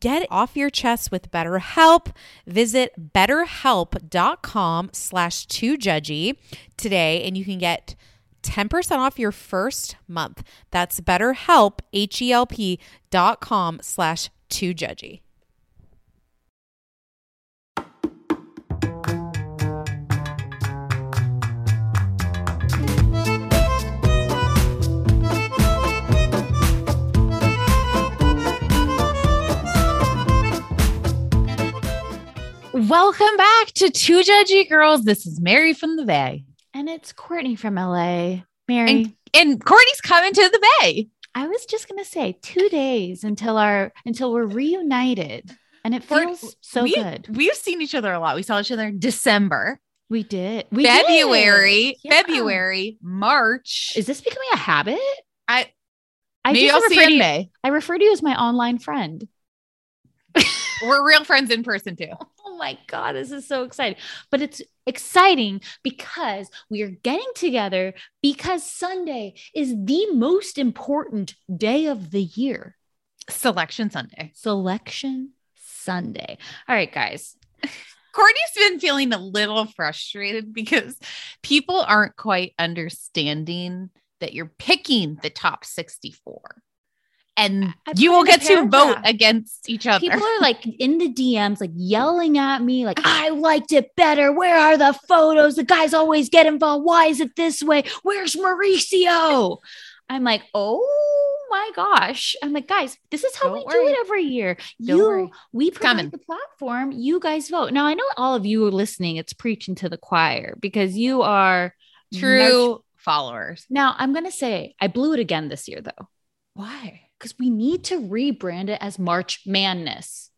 Get it off your chest with BetterHelp. Visit betterhelp.com slash 2judgy today and you can get 10% off your first month. That's betterhelp, H-E-L-P dot com slash 2judgy. Welcome back to Two Judgy Girls. This is Mary from the Bay. And it's Courtney from LA. Mary, And, and Courtney's coming to the Bay. I was just gonna say two days until our until we're reunited. And it Court- feels so we, good. We've seen each other a lot. We saw each other in December, We did. We did. February, Yeah. February, March. Is this becoming a habit? I- I Maybe just I'll see refer you in to you, May. I refer to you as my online friend. We're real friends in person too. Oh my god, this is so exciting. But it's exciting because we are getting together because Sunday is the most important day of the year. Selection Sunday. Selection Sunday. All right, guys. Courtney's been feeling a little frustrated because people aren't quite understanding that you're picking the top 64 and I you put will in a get to vote paragraph. against each other. People are like in the DMs, like yelling at me, like, Ah. I liked it better. Where are the photos? The guys always get involved. Why is it this way? Where's Mauricio? I'm like, oh my gosh. I'm like, guys, this is how Don't we worry. do it every year. Don't you, worry. we provide coming. the platform, you guys vote. Now, I know all of you are listening, it's preaching to the choir because you are true followers. Now, I'm going to say I blew it again this year, though. Why? because we need to rebrand it as March Madness.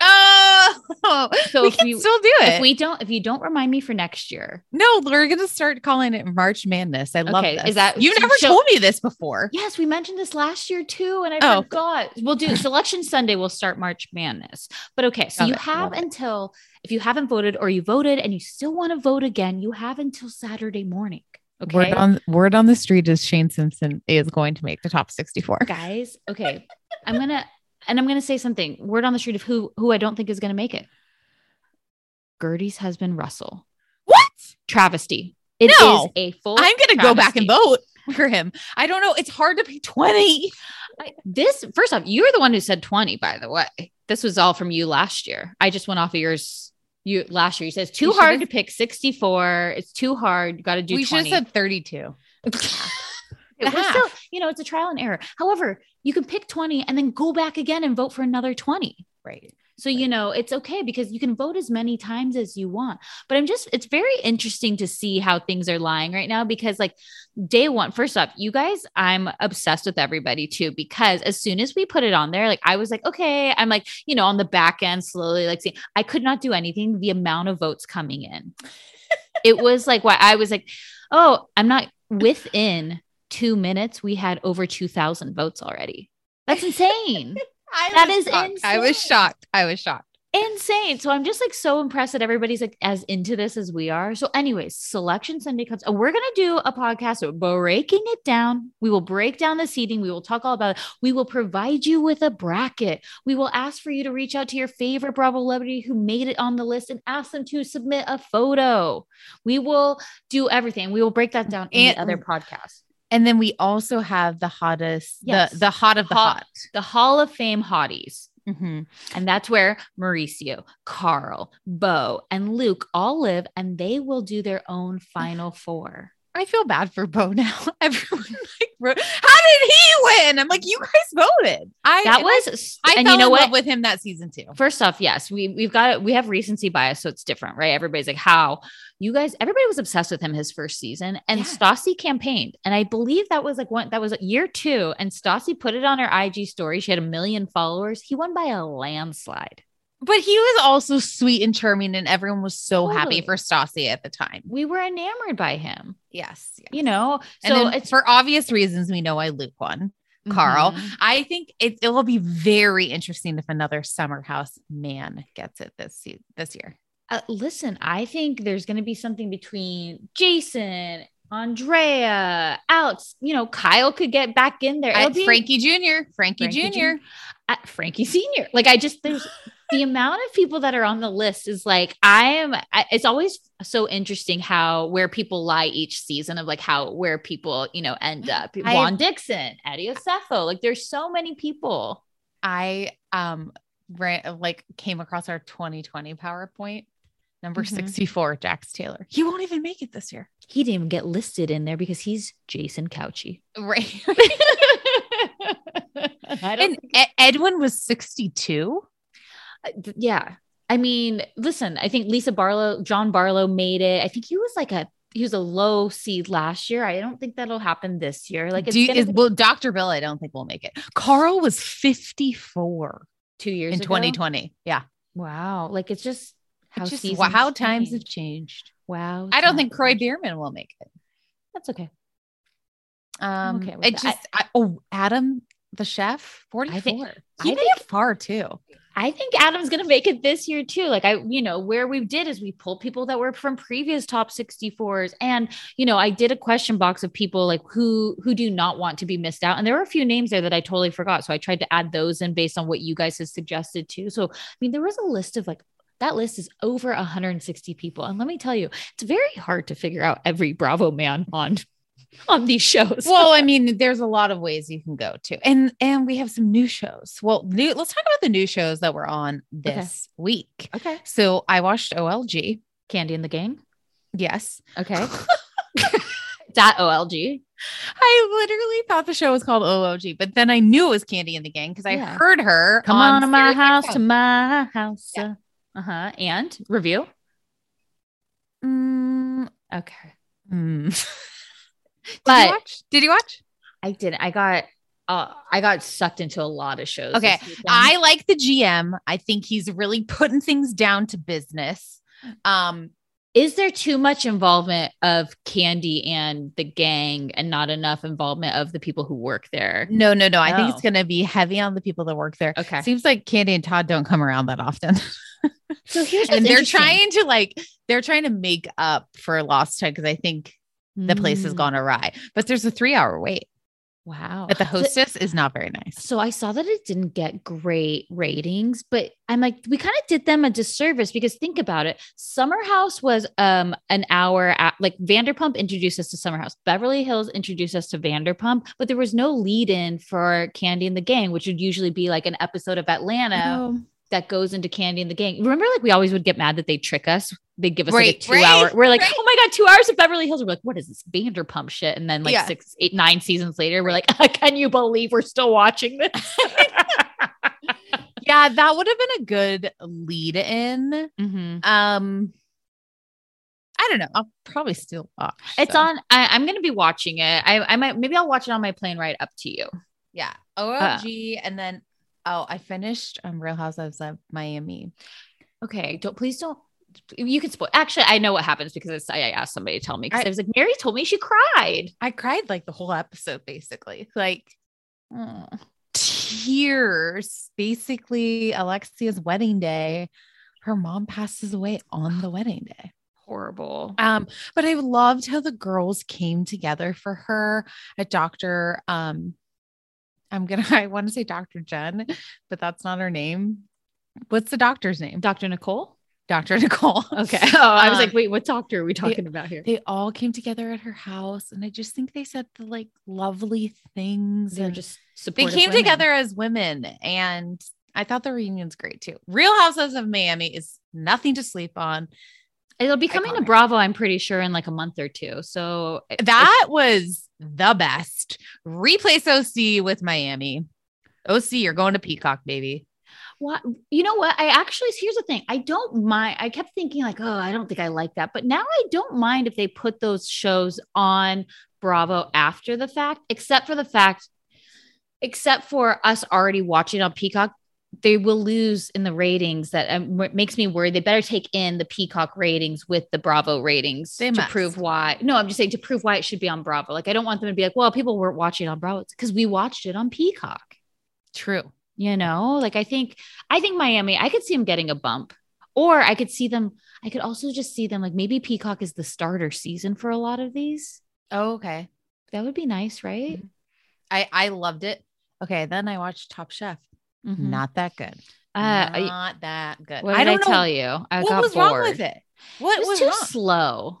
Oh, So we if can we- still do it. If we don't, if you don't remind me for next year, no, we're gonna start calling it March Madness. I love Okay, this. is that- you so- never so- told me this before? yes, we mentioned this last year too, and I Oh. forgot. We'll do Selection Sunday. We'll start March Madness. But okay, so Love you it, love have it. until if you haven't voted or you voted and you still want to vote again, you have until Saturday morning. Okay, Word on word on the street is Shane Simpson is going to make the top 64. guys. Okay, I'm gonna and I'm gonna say something. Word on the street of who who I don't think is gonna make it. Gertie's husband Russell. What? Travesty. It is No. a full. I'm gonna go back and travesty. vote for him. I don't know. It's hard to pick 20. I, this first off, you're the one who said 20, by the way. This was all from you last year. I just went off of yours. You last year, you says too We hard to should've- pick 64. It's too hard. You got to do we should 20. have said 32. It the was still, half. you know, it's a trial and error. However, you can pick 20 and then go back again and vote for another 20. Right. So, you know, it's okay because you can vote as many times as you want. But I'm just, it's very interesting to see how things are lying right now because, like, day one, first off, you guys, I'm obsessed with everybody too because as soon as we put it on there, like, I was like, okay, I'm like, you know, on the back end, slowly, like, seeing, I could not do anything. The amount of votes coming in, it was like, why I was like, oh, I'm not within two minutes, we had over 2,000 votes already. That's insane. I That was is shocked. I was insane. shocked. I was shocked. insane. So I'm just like so impressed that everybody's like as into this as we are. So, anyways, selection Sunday comes. and We're gonna do a podcast of breaking it down. We will break down the seating. We will talk all about it. We will provide you with a bracket. We will ask for you to reach out to your favorite Bravo celebrity who made it on the list and ask them to submit a photo. We will do everything. We will break that down And- in the other podcast. And then we also have the hottest, Yes. the the hot of the Hot. hot. The Hall of Fame hotties. Mm-hmm. And that's where Mauricio, Carl, Bo, and Luke all live, and they will do their own final four. I feel bad for Bo now. Everyone like wrote, how did he win? I'm like, you guys voted. I That and was, I, I and fell you know in what? love with him that season too. First off, yes, we we've got we have recency bias, so it's different, right? Everybody's like, how you guys? Everybody was obsessed with him his first season, and Yeah. Stassi campaigned, and I believe that was like one that was year two, and Stassi put it on her IG story. She had a million followers. He won by a landslide. But he was also sweet and charming, and everyone was so happy Totally. for Stassi at the time. We were enamored by him, Yes. yes. you know. And so then mm-hmm. it's for obvious reasons, we know why Luke won. Carl. I think it, it will be very interesting if another summer house man gets it this se- this year. Uh, listen, I think there's going to be something between Jason, Andrea, Alex. You know, Kyle could get back in there. It'll Uh, be- Frankie Jr. Frankie, Frankie Jr. uh, Frankie Senior. Like I just there's the amount of people that are on the list is like I am. I, it's always so interesting how where people lie each season of like how where people you know end up. I- Juan Dixon, Eddie Osefo. Like there's so many people. I um ran, like came across our 2020 PowerPoint number Mhm. 64, Jax Taylor. He won't even make it this year. He didn't even get listed in there because he's Jason Couchy. Right. I and E- Edwin was 62. Uh, th- yeah. I mean, listen, I think Lisa Barlow, John Barlow made it. I think he was like a he was a low seed last year. I don't think that'll happen this year. Like it's Do, gonna is, be well, Dr. Bill, I don't think will make it. Carl was 54 two years in ago. 2020. Yeah. Wow. Like it's just how It's just seasons wh- how times have change. changed. Wow. I don't times think have Croy changed. Bierman will make it. That's okay. Um, okay with it that. I- just I, oh Adam the chef, forty four. I think- he I made it far too. I think Adam's gonna make it this year too. Like I, you know, where we did is we pulled people that were from previous top 64s. And, you know, I did a question box of people like who who do not want to be missed out. And there were a few names there that I totally forgot. So I tried to add those in based on what you guys had suggested too. So I mean, there was a list of like that list is over 160 people. And let me tell you, it's very hard to figure out every Bravo man on on these shows. Well, I mean, there's a lot of ways you can go to, and and we have some new shows. Well, new, let's talk about the new shows that we're on this week. okay. So I watched OLG. Candy and the Gang. Yes, Okay. Dot OLG. I literally thought the show was called OLG, but then I knew it was Candy and the Gang because I Yeah. heard her. Come on, to my Sirius house, to XM. my house. Yeah. Uh huh. And review. Mm, Okay. mm. Did But- you watch? Did you watch? I did. I got. Uh, I got sucked into a lot of shows. Okay, this weekend. I like the GM. I think he's really putting things down to business. Um, is there too much involvement of Candy and the gang, and not enough involvement of the people who work there? no, no, no. I think Oh. it's going to be heavy on the people that work there. Okay. Seems like Candy and Todd don't come around that often. So here's and what's they're interesting. trying to like they're trying to make up for lost time because I think the place has Mm, gone awry. But there's a three hour wait. Wow. But the So- hostess is not very nice. So I saw that it didn't get great ratings, but I'm like, we kind of did them a disservice because think about it. Summer House was um an hour at like Vanderpump introduced us to Summer House. Beverly Hills introduced us to Vanderpump, but there was no lead in for Candy and the Gang, which would usually be like an episode of Atlanta that goes into Candy and the Gang. Remember, like we always would get mad that they trick us. They give us like a Right, two hour. right, We're like, right. oh my god, two hours of Beverly Hills. We're like, what is this Vanderpump shit? And then like Yeah. six, eight, nine seasons later, we're like, can you believe we're still watching this? yeah, Yeah, that would have been a good lead in. Mm-hmm. Um, I don't know. I'll probably still watch. It's so. on. I, I'm going to be watching it. I, I might. Maybe I'll watch it on my plane ride up to you. Yeah. OLG. and then, oh, I finished um, Real Housewives of Miami. Okay. Don't please don't. You can spoil. Actually, I know what happens because it's, I I asked somebody to tell me. Because I, I- was like, Mary told me she cried. I cried like the whole episode, basically. Like, Mm. tears. Basically, Alexia's wedding day. Her mom passes away on the wedding day. Horrible. Um, but I loved how the girls came together for her. A doctor, um, I'm gonna I want to say Dr. Jen, but that's not her name. What's the doctor's name? Dr. Nicole. Dr. Nicole. Okay. Oh, I was Um, like, wait, what doctor are we talking about here? They all came together at her house, and I just think they said the like lovely things. They're and just they supportive came women. together as women, and I thought the reunion's great too. Real Houses of Miami is nothing to sleep on. It'll be coming to Iconic. Bravo, I'm pretty sure, in like a month or two. So if- That was the best. Replace OC with Miami. OC, you're going to Peacock, baby. What you know what? I actually here's the thing. I don't mind. I kept thinking like, oh, I don't think I like that. But now I don't mind if they put those shows on Bravo after the fact, except for the fact, except for us already watching on Peacock, they will lose in the ratings. That um, w- makes me worried. They better take in the Peacock ratings with the Bravo ratings They to must. prove why. No, I'm just saying to prove why it should be on Bravo. Like I don't want them to be like, well, people weren't watching on Bravo because we watched it on Peacock True. you know like i think i think miami i could see them getting a bump or i could see them i could also just see them like maybe peacock is the starter season for a lot of these Oh, okay. that would be nice right I I loved it. Okay, then I watched Top Chef. Mhm. Mm-hmm. Not that good. uh, I, Not that good. what did I I, don't know tell you i what got was bored wrong with it. What it was, was, too wrong? slow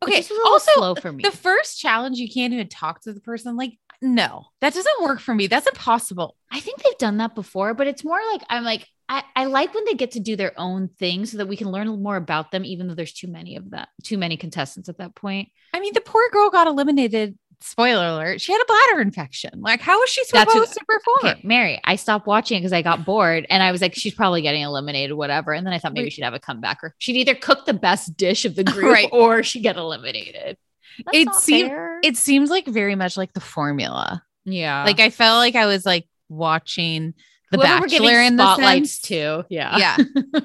It okay. just was a little Also, slow for me the first challenge you can't even talk to the person. Like, no, that doesn't work for me. That's impossible. i think they've done that before but it's more like i'm like I, I like when they get to do their own thing so that we can learn more about them even though there's too many of them too many contestants at that point I mean, the poor girl got eliminated. Spoiler alert: she had a bladder infection. Like, how was she supposed That's what- to perform? Okay, Mary, I stopped watching it because I got bored and I was like, she's probably getting eliminated, whatever. And then I thought maybe Wait. she'd have a comeback or she'd either cook the best dish of the group Right. or she'd get eliminated. That's It not seemed- fair. It seems like very much like the formula. yeah. like, I felt like I was like watching The Whoever we're giving Bachelor in the spotlights sense. too. Yeah. Yeah,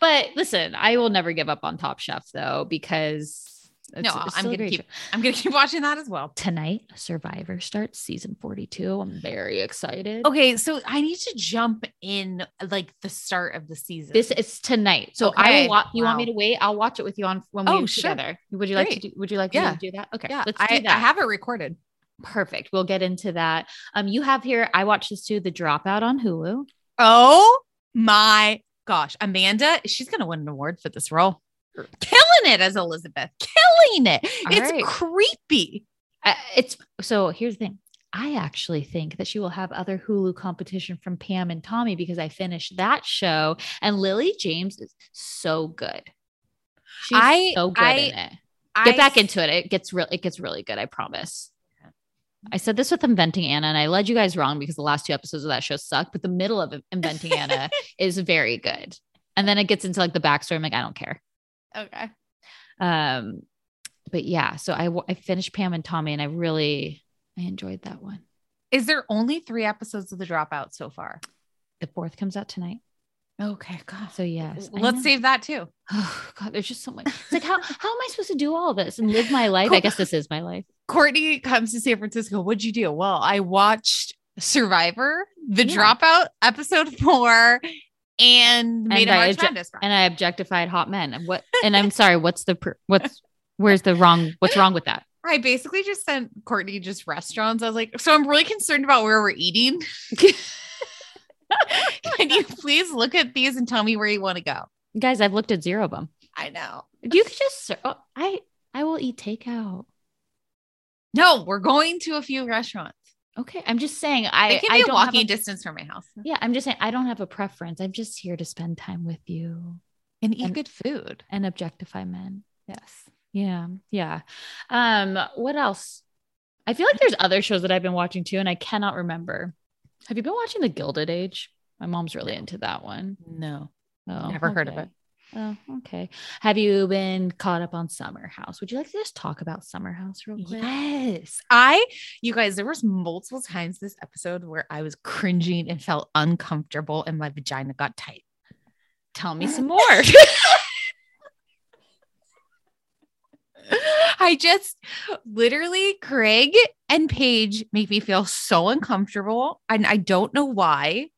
But listen, I will never give up on Top Chef though, because it's- no, it's I'm still a gonna great keep. show. I'm gonna keep watching that as well. tonight Survivor starts season 42. I'm very excited. Okay, so I need to jump in like the start of the season. This is tonight. So I Okay. will watch. You want me Wow. to wait? I'll watch it with you on when we Oh, are sure. together. Would you like to Great. do? Would you like Yeah. me to do that? Okay, yeah, let's I, do that. I have it recorded. Perfect. We'll get into that. Um, you have here. I watched this too. The Dropout on Hulu. Oh my gosh, Amanda, she's gonna win an award for this role. Killing it as Elizabeth, killing it. All it's right. creepy. Uh, it's so. Here's the thing. I actually think that she will have other Hulu competition from Pam and Tommy because I finished that show, and Lily James is so good. She's I- so good I- in it. Get back into it. It gets real. It gets really good. I promise. I said this with Inventing Anna, and I led you guys wrong because the last two episodes of that show sucked. But the middle of Inventing Anna is very good, and then it gets into like the backstory. I'm like, I don't care. Okay. Um, but yeah, so I wa- I finished Pam and Tommy, and I really I enjoyed that one. Is there only three episodes of The Dropout so far? The fourth comes out tonight, Okay, gosh. so yes, I Let's know. save that too. Oh God, there's just so much. It's like how how am I supposed to do all of this and live my life? I Cool. guess this is my life. Courtney comes to San Francisco. What'd you do? Well, I watched Survivor, The Yeah. Dropout, episode four, and made a I March adju- Madness. bracket. and I objectified hot men. And What? And I'm sorry. What's the pr- what's where's the wrong? What's wrong with that? I basically just sent Courtney just restaurants. I was like, so I'm really concerned about where we're eating. Can you please look at these and tell me where you want to go? Guys, I've looked at zero of them. I know. You could just. ser- Oh, I I will eat takeout. No, we're going to a few restaurants. Okay, I'm just saying. I it can I be a don't have walking distance from my house Yeah, I'm just saying. I don't have a preference. I'm just here to spend time with you and eat And- good food. and objectify men. Yes. Yeah, yeah. Um, what else? I feel like there's other shows that I've been watching too, and I cannot remember. Have you been watching The Gilded Age? My mom's really into that one. No. Oh, Never heard of okay. Oh, okay. Have you been caught up on Summer House? Would you like to just talk about Summer House real quick? Yes. I, you guys, there was multiple times this episode where I was cringing and felt uncomfortable and my vagina got tight. Tell me some more. I just literally Craig and Paige make me feel so uncomfortable and I don't know why.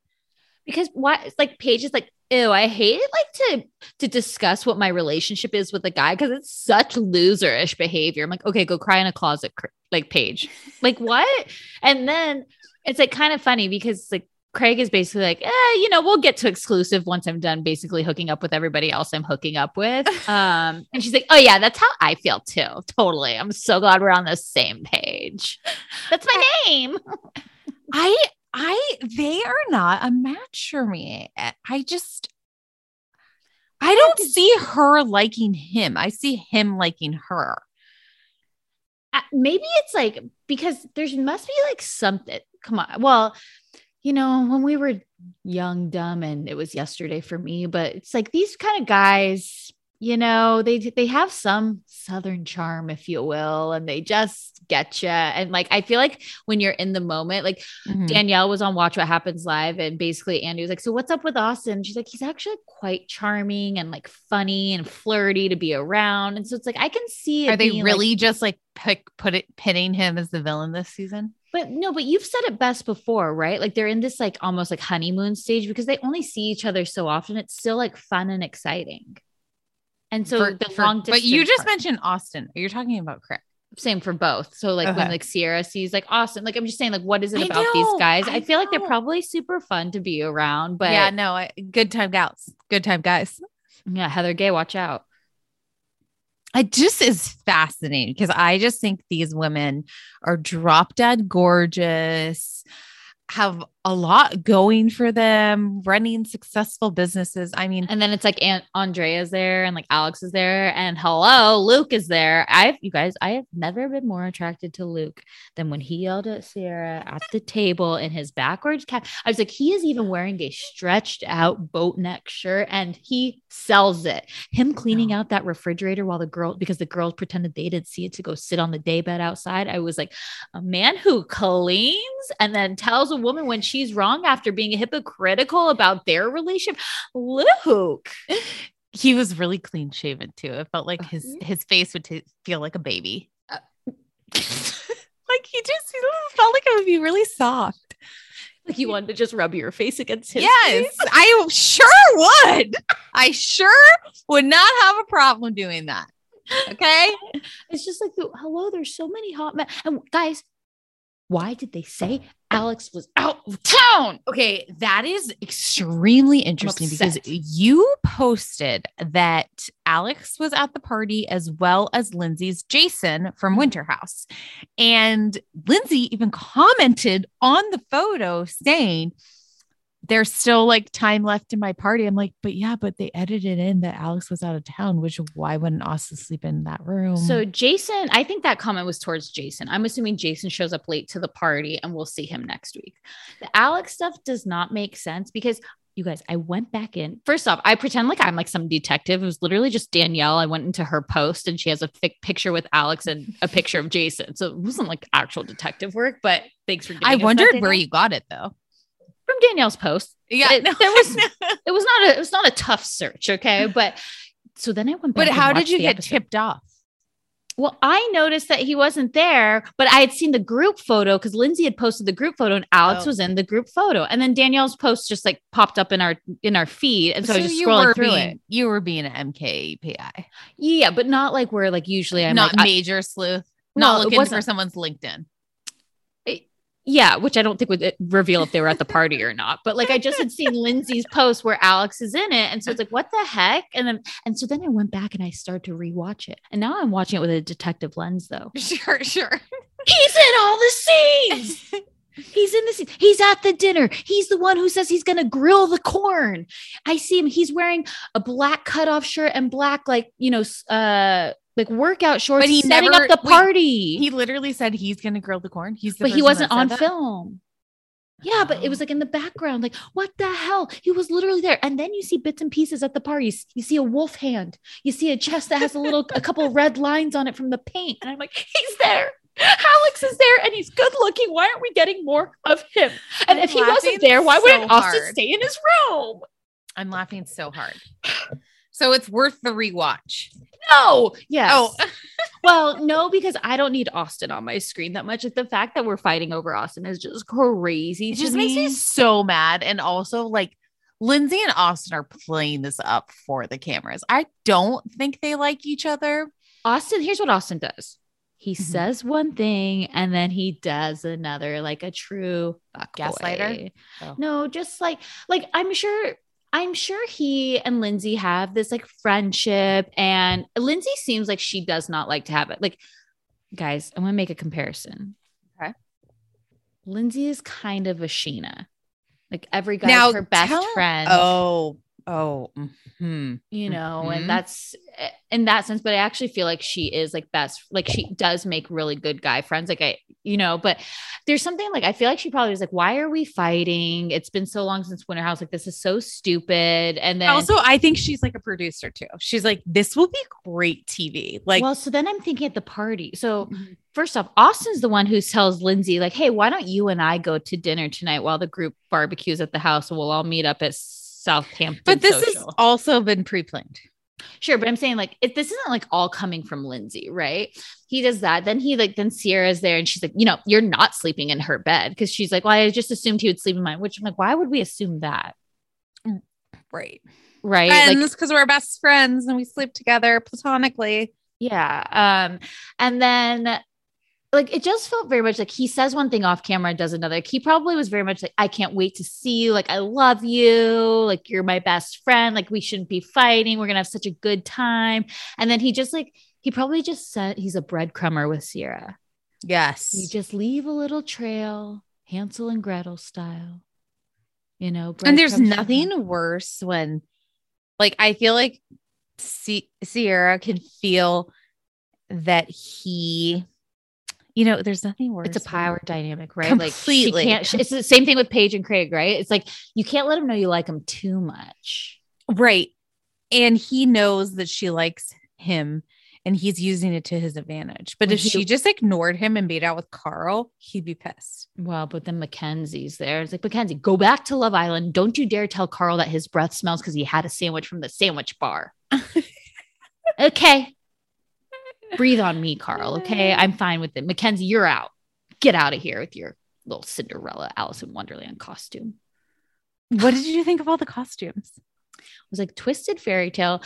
because why it's like Paige is like, ew, I hate it like to to discuss what my relationship is with a guy because it's such loserish behavior. I'm like, okay, go cry in a closet, Cr- like Paige. Like what? and then it's like kind of funny because it's like Craig is basically like, eh, you know, we'll get to exclusive once I'm done basically hooking up with everybody else I'm hooking up with. Um, and she's like, oh yeah, that's how I feel too. Totally. I'm so glad we're on the same page. That's my name. I I they are not a match for me. Eh, I just I don't see her liking him. I see him liking her. Uh, maybe it's like because there's must be like something. Come on. Well, you know, when we were young, dumb, and it was yesterday for me, but it's like these kind of guys, you know, they they have some southern charm, if you will, and they just get you. And like I feel like when you're in the moment, like Mm-hmm. Danielle was on Watch What Happens Live, and basically Andy was like, "So what's up with Austin?" She's like, "He's actually quite charming and like funny and flirty to be around." And so it's like I can see. it Are they being, like- really just like pick put it pinning him as the villain this season? But no, but you've said it best before, right? Like they're in this like almost like honeymoon stage because they only see each other so often. It's still like fun and exciting. And so For- the for- long distance But you just part- mentioned Austin. You're talking about Craig. same for both. So like when Okay. like Sierra sees like Austin, like I'm just saying, like what is it I about these know, guys? I, I feel like they're know. probably super fun to be around, but yeah, yeah, no, I, good time gals. Good time guys. Heather Gay, watch out. It just is fascinating because I just think these women are drop dead gorgeous, have a lot going for them, running successful businesses. I mean, And then it's like Aunt Andrea's there and like Alex is there and hello, Luke is there. I've you guys, I have never been more attracted to Luke than when he yelled at Sierra at the table in his backwards cap. I was like, he is even wearing a stretched out boat neck shirt and he sells it. Him cleaning out that refrigerator while the girl because the girls pretended they didn't see it to go sit on the daybed outside. I was like, a man who cleans and then tells a woman when she's wrong after being hypocritical about their relationship. Luke. he was really clean shaven too. It felt like his Mhm. his face would t- feel like a baby. like he just he felt like it would be really soft. Like you wanted to just rub your face against his face? yes, I sure would. I sure would not have a problem doing that. Okay. It's just like, hello, there's so many hot men. And guys, why did they say Alex was out of town? Okay, that is extremely interesting because upset. you posted that Alex was at the party as well as Lindsay's Jason from Winterhouse. And Lindsay even commented on the photo saying, there's still like time left in my party. I'm like, but yeah, but they edited in that Alex was out of town, which why wouldn't Austin sleep in that room? So Jason, I think that comment was towards Jason. I'm assuming Jason shows up late to the party and we'll see him next week. The Alex stuff does not make sense because you guys, I went back in. First off, I pretend like I'm like some detective. It was literally just Danielle. I went into her post and she has a fic picture with Alex and a picture of Jason. So it wasn't like actual detective work, but thanks for giving I us that, wondered where Danielle. you got it though. from Danielle's post. Yeah, It- there was- it was not a it was not a tough search okay but so then i went back but and how did watched you the get episode. tipped off? well i noticed that he wasn't there but i had seen the group photo because lindsay had posted the group photo and alex Oh. was in the group photo and then danielle's post just like popped up in our in our feed and so, i was just you scrolling were through being, it You were being an MKAPI, yeah but not like where like usually i'm not like, I- major sleuth, No, not it looking for wasn't. someone's LinkedIn. yeah which i don't think would uh, reveal if they were at the party or not but like i just had seen lindsay's post where alex is in it and so it's like what the heck and then and so then i went back and i started to rewatch it and now i'm watching it with a detective lens though Sure, sure. He's in all the scenes. He's in the scene. He's at the dinner. He's the one who says he's going to grill the corn. I see him. He's wearing a black cutoff shirt and black, like you know, s- uh, like workout shorts. But he He's setting never- up the wait, party, He literally said he's going to grill the corn. He's the but he person wasn't that said on that? film. Yeah, but it was like in the background, like, what the hell? He was literally there. And then you see bits and pieces at the parties. You see a wolf hand, you see a chest that has a little, a couple red lines on it from the paint. And I'm like, he's there. Alex is there and he's good looking. Why aren't we getting more of him? And I'm if he wasn't laughing there, why wouldn't so Austin hard. stay in his room? I'm laughing so hard. So it's worth the rewatch. No. Yes. Oh. well, no, because I don't need Austin on my screen that much. Like the fact that we're fighting over Austin is just crazy. It to just makes me so mad. And also, like, Lindsay and Austin are playing this up for the cameras. I don't think they like each other. Austin, here's what Austin does. He Mhm. says one thing and then he does another, like a true fuck Gaslighter? boy. Oh. No, just like like I'm sure I'm sure he and Lindsay have this like friendship, and Lindsay seems like she does not like to have it. Like, guys, I'm gonna make a comparison. Okay. Lindsay is kind of a Sheena. Like every guy's Now, her best tell- friend Oh, oh, hmm. you know Mhm. Mm-hmm. and that's eh, in that sense but i actually feel like she is like best like she does make really good guy friends like i you know but there's something like i feel like she probably was like why are we fighting it's been so long since winter house like this is so stupid and then also, I think she's like a producer too. She's like, this will be great TV. Like, Mm-hmm. well so then i'm thinking at the party so first off austin's the one who tells lindsay like hey why don't you and i go to dinner tonight while the group barbecues at the house and we'll all meet up at southampton but this Social." has also been pre-planned. Sure, but I'm saying like it, this isn't like all coming from Lindsay, right? He does that. Then he like then Sierra's there and she's like, you know, you're not sleeping in her bed because she's like, well, I just assumed he would sleep in mine. Which I'm like, why would we assume that, Right. right? Like, Friends, because we're best friends and we sleep together platonically. yeah. Um, and then like it just felt very much like he says one thing off camera and does another. Like, he probably was very much like, I can't wait to see you. Like, I love you. Like, you're my best friend. Like, we shouldn't be fighting. We're gonna have such a good time. And then he just like. He probably just said he's a breadcrumber with Sierra. You Yes. just leave a little trail, Hansel and Gretel style. You know, And there's breadcrumbs for nothing home. worse when, like, I feel like Si- Sierra can feel that he, you know, there's nothing worse. It's a than- power dynamic, right? Like Completely. she can't, she- it's the same thing with Paige and Craig, right? It's like you can't let them know you like them too much. Right. And he knows that she likes him and he's using it to his advantage. But When if he- she just ignored him and made out with Carl, he'd be pissed. Well, but then Mackenzie's there. It's like Mackenzie, go back to Love Island. Don't you dare tell Carl that his breath smells because he had a sandwich from the sandwich bar. okay. Breathe on me, Carl. Okay. I'm fine with it. Mackenzie, you're out. Get out of here with your little Cinderella Alice in Wonderland costume. What did you think of all the costumes? I was like, twisted fairy tale.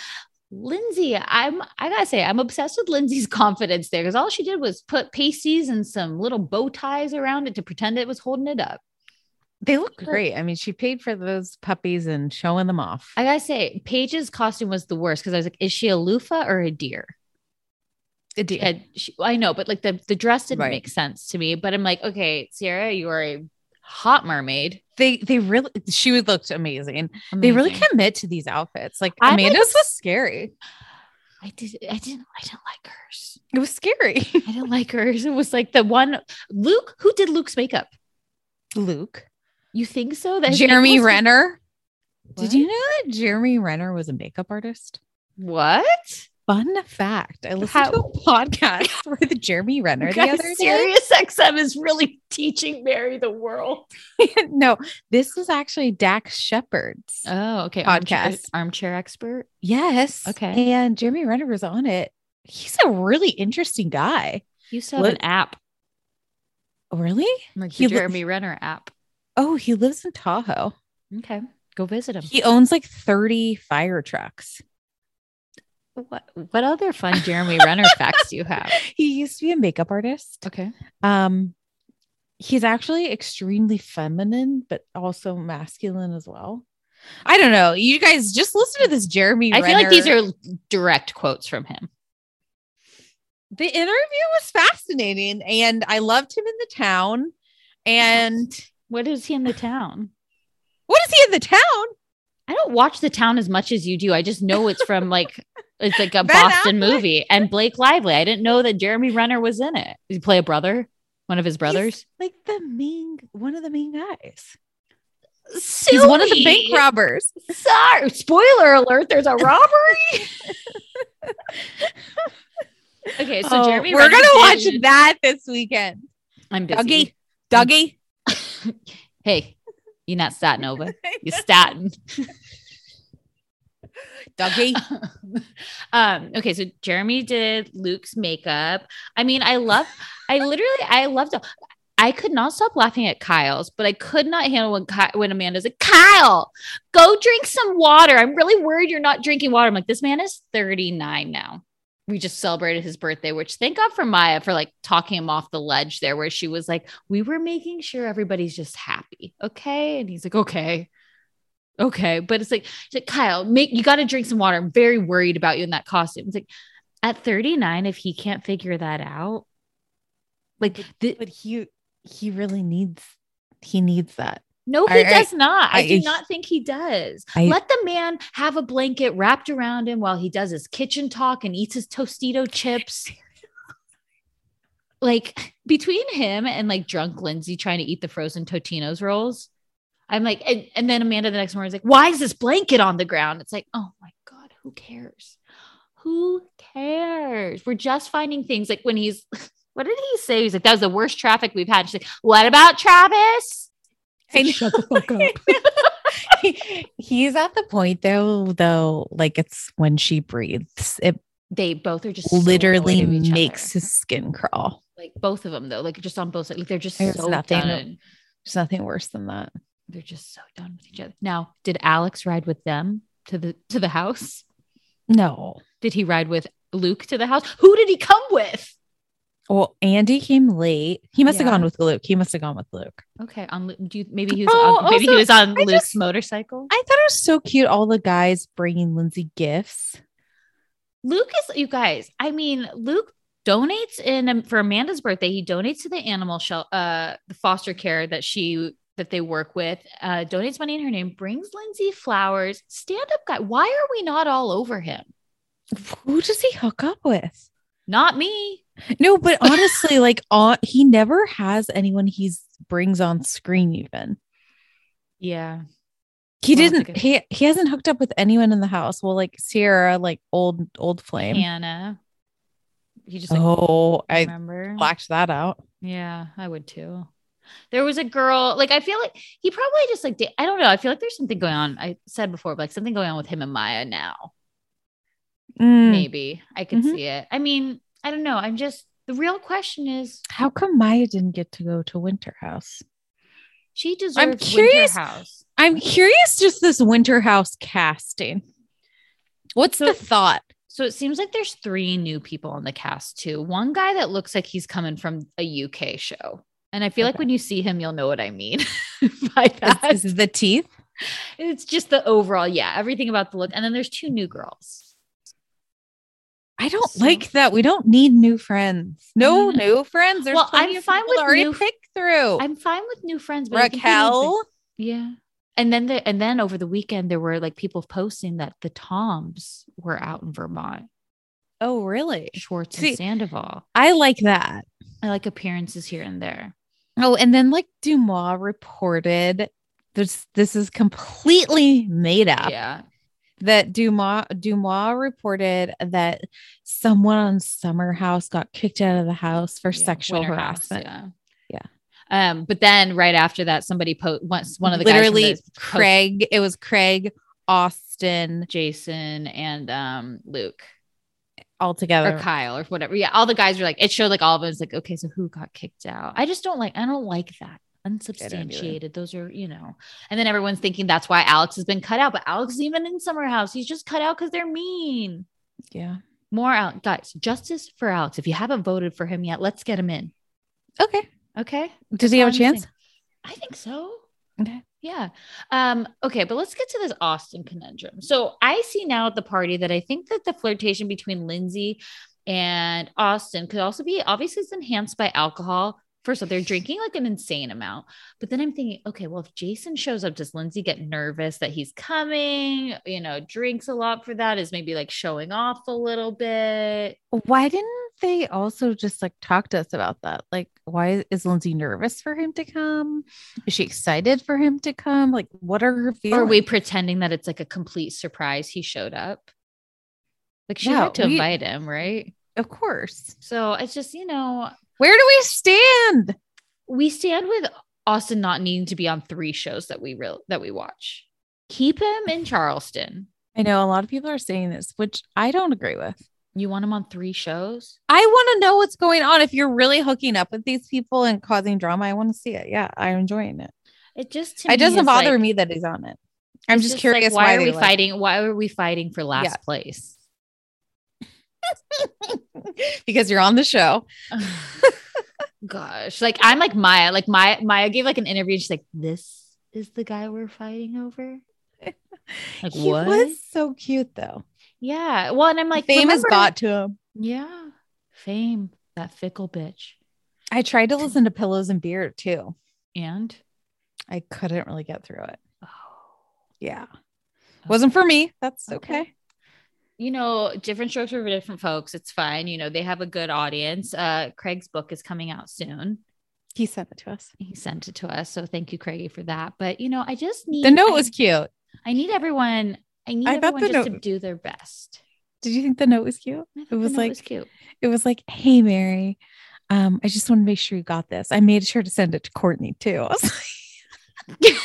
Lindsay, I'm I gotta say, I'm obsessed with Lindsay's confidence there because all she did was put pasties and some little bow ties around it to pretend it was holding it up. They look great. I mean, she paid for those puppies and showing them off. I gotta say, Paige's costume was the worst because I was like, is she a loofah or a deer? A deer. And she, I know, but like the, the dress didn't Right. make sense to me. But I'm like, okay, Sierra, you are a hot mermaid. they they really she would looked amazing. They really Amazing. commit to these outfits. Like I'm Amanda's was scary. I did. I didn't. I didn't like hers. It was scary. I didn't like hers. It was like the one Luke. Who did Luke's makeup? Luke. You think so? That his Jeremy ankles- Renner. What? Did you know that Jeremy Renner was a makeup artist? What? Fun fact. I listened How- to a podcast with Jeremy Renner the Guys, other day. Sirius XM is really teaching Mary the world. no, this was actually Dax Shepard's. Oh, okay. Podcast. armchair, armchair expert. yes. okay. And Jeremy Renner was on it. He's a really interesting guy. You used to have Look- an app, Really? like the He lo- Jeremy Renner app. Oh, he lives in Tahoe. Okay. Go visit him. He owns like 30 fire trucks. What, what other fun Jeremy Renner facts do you have? He used to be a makeup artist. Okay. Um, he's actually extremely feminine, but also masculine as well. I don't know. You guys just listen to this Jeremy I feel like Renner- these are direct quotes from him. the interview was fascinating and I loved him in the town. And What is he in the town? what is he in the town? I don't watch the town as much as you do. I just know it's from like it's like a Ben Boston Affleck. movie and Blake Lively. I didn't know that Jeremy Renner was in it. Does he play a brother? One of his brothers. like the main, one of the main guys. Sue He's one of the me. bank robbers. Sorry. Spoiler alert, there's a robbery. Okay, so Oh, Jeremy. we're Renner's gonna watch busy. that this weekend. I'm busy. Dougie, Dougie. Hey, you not statin over. You statin. Dougie. um, okay, so Jeremy did Luke's makeup. I mean, I love, I literally, I loved. I could not stop laughing at Kyle's, but I could not handle when Ky- when Amanda's like, "Kyle, go drink some water." I'm really worried you're not drinking water. I'm like, this man is 39 now. We just celebrated his birthday, which thank God for Maya for like talking him off the ledge there, where she was like, "We were making sure everybody's just happy, okay?" And he's like, "Okay." Okay, but it's like She's like, Kyle, make you got to drink some water. I'm very worried about you in that costume. It's like at 39, if he can't figure that out, like the, But he he really needs he needs that. no, he I- I- does not. I, do I- not think he does. I- Let the man have a blanket wrapped around him while he does his kitchen talk and eats his Tostito chips. like between him and like drunk Lindsay trying to eat the frozen Totino's rolls, I'm like, and, and then Amanda the next morning is like, why is this blanket on the ground? It's like, oh my God, who cares? Who cares? We're just finding things like when he's, what did he say? He's like, that was the worst traffic we've had. She's like, what about Travis? And shut the fuck up. He's at the point though, though, like it's when she breathes, it they both are just so literally annoyed at each makes other. his skin crawl. like both of them though like just on both sides like they're just There's so nothing- done There's nothing worse than that. they're just so done with each other now did alex ride with them to the to the house No. did he ride with luke to the house who did he come with Well, Andy came late. He must Yeah. have gone with Luke. He must have gone with Luke. okay on Lu- do you maybe he was Oh, on, maybe he also, was on I luke's just- motorcycle I thought it was so cute. All the guys bringing Lindsay gifts. luke is you guys i mean luke donates in um, for amanda's birthday he donates to the animal shelter uh the foster care that she that they work with uh donates money in her name brings lindsay flowers stand up guy why are we not all over him Who does he hook up with? Not me. No, but honestly, like on, he never has anyone he's brings on screen. Even Yeah. he Well, that's a didn't. good- He he hasn't hooked up with anyone in the house. Well, like Sierra, like old old flame. Hannah. He just like oh, I remember. blacked that out. Yeah, I would too. There was a girl, like I feel like he probably just like da- I don't know. I feel like there's something going on. I said before, but like something going on with him and Maya now. Mm. Maybe I could Mhm. see it. I mean, I don't know. I'm just the real question is How come Maya didn't get to go to Winter House? she deserves curious- Winter House. I'm curious, just this Winter House casting. What's the thought? So it seems like there's three new people on the cast too. One guy that looks like he's coming from a UK show. And I feel like Okay. when you see him, you'll know what I mean by that. Is, is the teeth? It's just the overall, yeah, everything about the look. And then there's two new girls. I don't So- like that. We don't need new friends. No Mhm. new friends. There's Well, plenty I'm of fine people with to already new- pick through. I'm fine with new friends, but I think we need the- Raquel. yeah. And then the and then over the weekend there were like people posting that the Toms were out in Vermont, Oh, really? Schwartz See- and Sandoval. I like that. I like appearances here and there. Oh, and then like Dumas reported this this is completely made up. Yeah. that Dumas Dumas reported that someone on Summer House got kicked out of the house for Yeah, sexual Winter House, harassment. yeah. Yeah. Um, but then right after that, somebody po- once one of the literally guys from the- posted Craig. It was Craig Austin Jason and um Luke altogether. or Kyle or whatever. Yeah, all the guys were like, it showed like all of us like, okay, so who got kicked out? I just don't like, I don't like that. Unsubstantiated. Those are, you know. And then everyone's thinking that's why Alex has been cut out, but Alex is even in Summer House. He's just cut out because they're mean. yeah. More out, guys. Justice for Alex. If you haven't voted for him yet, let's get him in. Okay. Okay. Does he have a That's all I'm chance? saying. I think so. Okay. Yeah. Um, okay, but let's get to this Austin conundrum. So I see now at the party that I think that the flirtation between Lindsay and Austin could also be obviously it's enhanced by alcohol. First of all, they're drinking like an insane amount. But then I'm thinking, okay, well, if Jason shows up, does Lindsay get nervous that he's coming? You know, drinks a lot for that, is maybe like showing off a little bit. Why didn't they also just like talked to us about that. Like, why is Lindsay nervous for him to come? Is she excited for him to come? Like, what are her feelings? Or are we pretending that it's like a complete surprise he showed up? Like she Yeah, had to we- invite him, right? of course. So it's just, you know, Where do we stand? we stand with Austin not needing to be on three shows that we real that we watch. Keep him in Charleston. I know a lot of people are saying this, which I don't agree with. You want him on three shows? I want to know what's going on. If you're really hooking up with these people and causing drama, I want to see it. Yeah, I'm enjoying it. It just to It me doesn't is bother like- me that he's on it. I'm it's just, like, curious why, are they we like- fighting? Why are we fighting for last Yeah. place? because you're on the show. Gosh, like I'm like Maya. Like Maya, Maya gave like an interview. And she's like, "This is the guy we're fighting over." Like he what? was so cute though. Yeah. Well, and I'm like, Fame has remember- got to him. Yeah, fame. That fickle bitch. I tried to listen to Pillows and Beer too. And I couldn't really get through it. oh, Yeah. Wasn't for me. That's okay. Okay. you know, different strokes are for different folks. It's fine. You know, they have a good audience. Uh, Craig's book is coming out soon. He sent it to us. He sent it to us, so thank you, Craigie, for that. But you know, I just need The note I- was cute. I need everyone. I need I thought everyone the just to note- do their best. Did you think the note was cute? I thought It was the note like cute. it was like, hey Mary, um, I just want to make sure you got this. I made sure to send it to Courtney too. I was like, I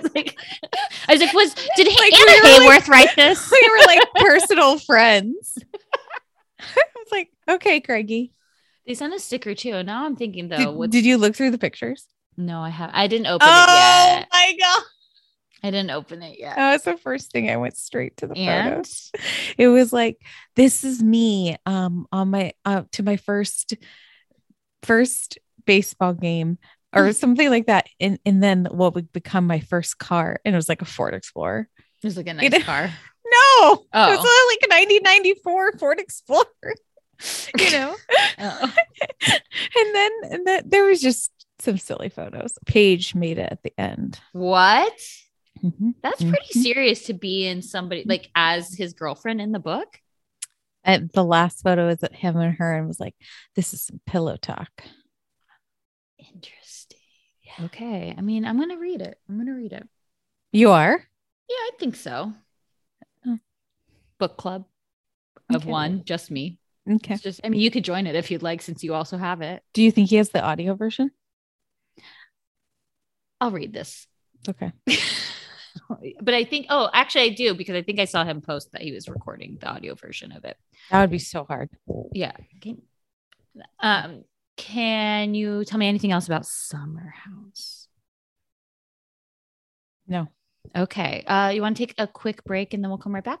was like, I was like, was did H- Like, Anna we were like- Hayworth write this? we were like personal friends. I was like, okay, Craigie. They sent a sticker too. And Now I'm thinking though, Did, what's did you look through the pictures? no, I have I didn't open it Oh yet. my god. I didn't open it yet. That was the first thing I went straight to the and photo. It was like, this is me um on my uh to my first first baseball game or something like that. And and then what would become my first car. And it was like a Ford Explorer. it was like a You nice know- car. No, Oh. it was like a 1994 Ford Explorer, you know. Oh. and then and then there was just some silly photos. Paige made it at the end. What? Mhm. That's pretty Mhm. serious to be in somebody like as his girlfriend in the book. And the last photo is of him and her, and was like, "This is some pillow talk." Interesting. Okay. I mean, I'm gonna read it. I'm gonna read it. You are Yeah, I think so. Oh. Book club of Okay. one, just me. okay. It's just, I mean, you could join it if you'd like, since you also have it. Do you think he has the audio version? I'll read this. Okay. but I think, oh, actually, I do because I think I saw him post that he was recording the audio version of it. That would be so hard. Yeah. Can, um, can you tell me anything else about Summer House? No. Okay. Uh, you want to take a quick break and then we'll come right back?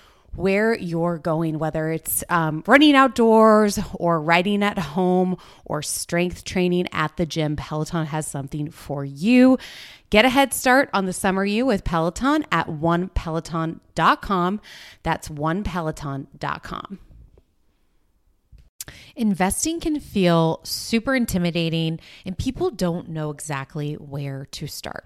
where you're going, whether it's um, running outdoors or riding at home or strength training at the gym, Peloton has something for you. Get a head start on the summer you with Peloton at onepeloton.com. That's onepeloton.com. Investing can feel super intimidating, and people don't know exactly where to start.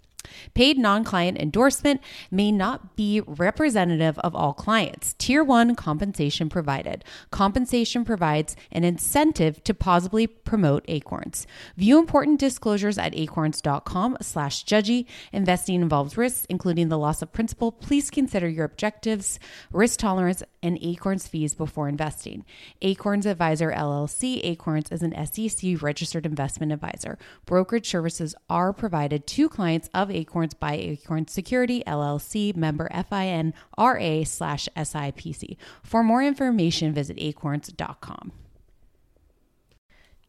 Paid non client endorsement may not be representative of all clients. Tier 1 compensation provided. Compensation provides an incentive to possibly promote Acorns. View important disclosures at acorns.com slash judgy. Investing involves risks, including the loss of principal. Please consider your objectives, risk tolerance, and Acorns fees before investing. Acorns Advisor LLC. Acorns is an SEC registered investment advisor. Brokerage services are provided to clients of Acorns by Acorns Security LLC member FINRA slash SIPC. For more information, visit acorns.com.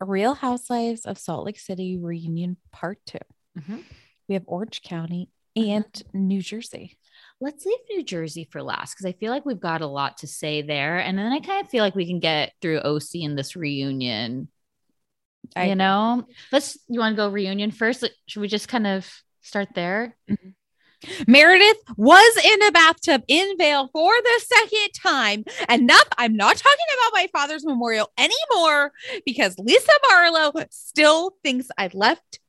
Real Housewives of Salt Lake City reunion part 2 Mm-hmm. Mhm. We have Orange County and New Jersey. Let's leave New Jersey for last because I feel like we've got a lot to say there. And then I kind of feel like we can get through OC in this reunion. I you agree. know, let's, you want to go reunion first? Like, Should we just kind of start there? Meredith was in a bathtub in Vail for the second time. Enough. I'm not talking about my father's memorial anymore because Lisa Barlow still thinks I left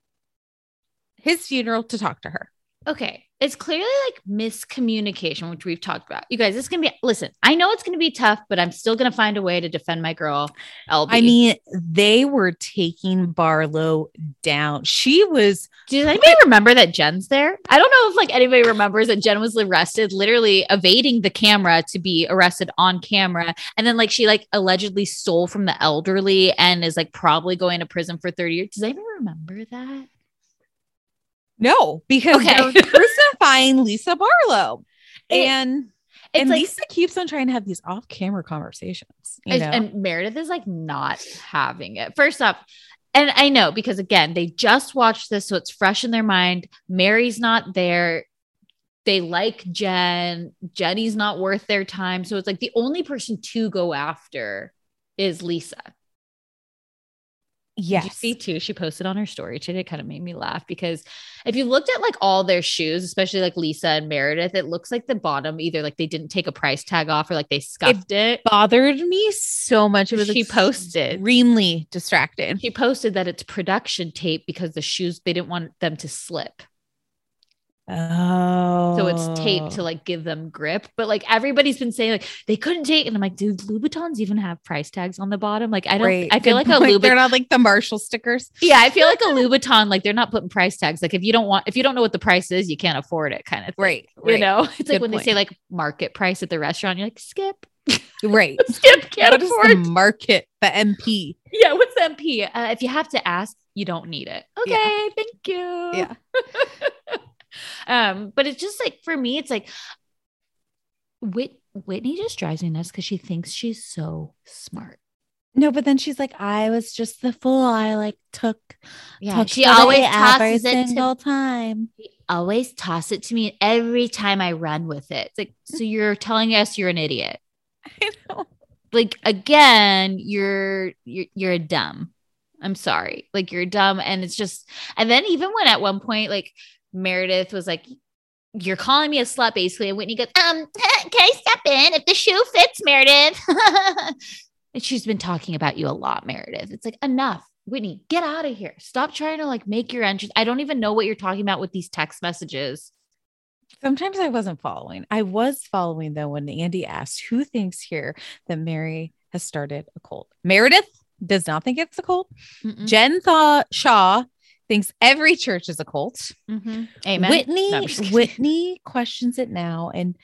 his funeral to talk to her. Okay. It's clearly like miscommunication, which we've talked about. You guys, it's going to be, listen, I know it's going to be tough, but I'm still going to find a way to defend my girl, LB. I mean, they were taking Barlow down. She was Does anybody remember that Jen's there? I don't know if like anybody remembers that Jen was arrested, literally evading the camera to be arrested on camera, and then like she like allegedly stole from the elderly and is like probably going to prison for thirty years. Does anybody remember that? no, because Okay. they're crucifying Lisa Barlow. It- and It's and like Lisa keeps on trying to have these off-camera conversations. You and, know? and Meredith is like not having it. First off, and I know because again they just watched this, so it's fresh in their mind. Mary's not there. They like Jen. Jenny's not worth their time. So it's like the only person to go after is Lisa. Did yes. You see too, she posted on her story today. It kind of made me laugh because if you looked at like all their shoes, especially like Lisa and Meredith, it looks like the bottom either like they didn't take a price tag off or like they scuffed it. bothered me so much. It was she posted. extremely distracted. She posted that it's production tape because the shoes they didn't want them to slip. Oh, So it's tape to like give them grip. But like everybody's been saying like they couldn't take and I'm like, dude, Louboutins even have price tags on the bottom. Like I don't I feel like a Louboutin They're not like the Marshall stickers. Yeah, I feel like a Louboutin, like they're not putting price tags. Like if you don't want, if you don't know what the price is, you can't afford it, kind of thing. Right, You right. know, it's like Good when point. they say like market price at the restaurant, you're like skip, Right. skip, can't what is afford. the market? The MP. yeah, what's the MP? Uh, if you have to ask, you don't need it. Okay, Yeah. thank you. Yeah. um, but it's just like for me, it's like Whit- Whitney just drives me nuts because she thinks she's so smart. No, but then she's like, I was just the fool. I like took. Yeah, took she the bait always every tosses it to single time. They always toss it to me every time I run with it. It's like, so you're telling us you're an idiot. I know. Like again, you're you're you're a dumb. I'm sorry. Like you're dumb. And it's just and then even when at one point, like Meredith was like, You're calling me a slut, basically. And Whitney goes, Um, can I step in if the shoe fits, Meredith? and she's been talking about you a lot, Meredith. It's like enough. Whitney, get out of here. Stop trying to like make your entrance. I don't even know what you're talking about with these text messages. Sometimes I wasn't following. I was following though when Andy asked, "Who thinks here that Mary has started a cult?" Meredith does not think it's a cult. Mm-mm. Jen Thaw Shaw Mm-hmm. thinks every church is a cult. Mhm. Amen. Whitney No, I'm just kidding. Whitney questions it now, and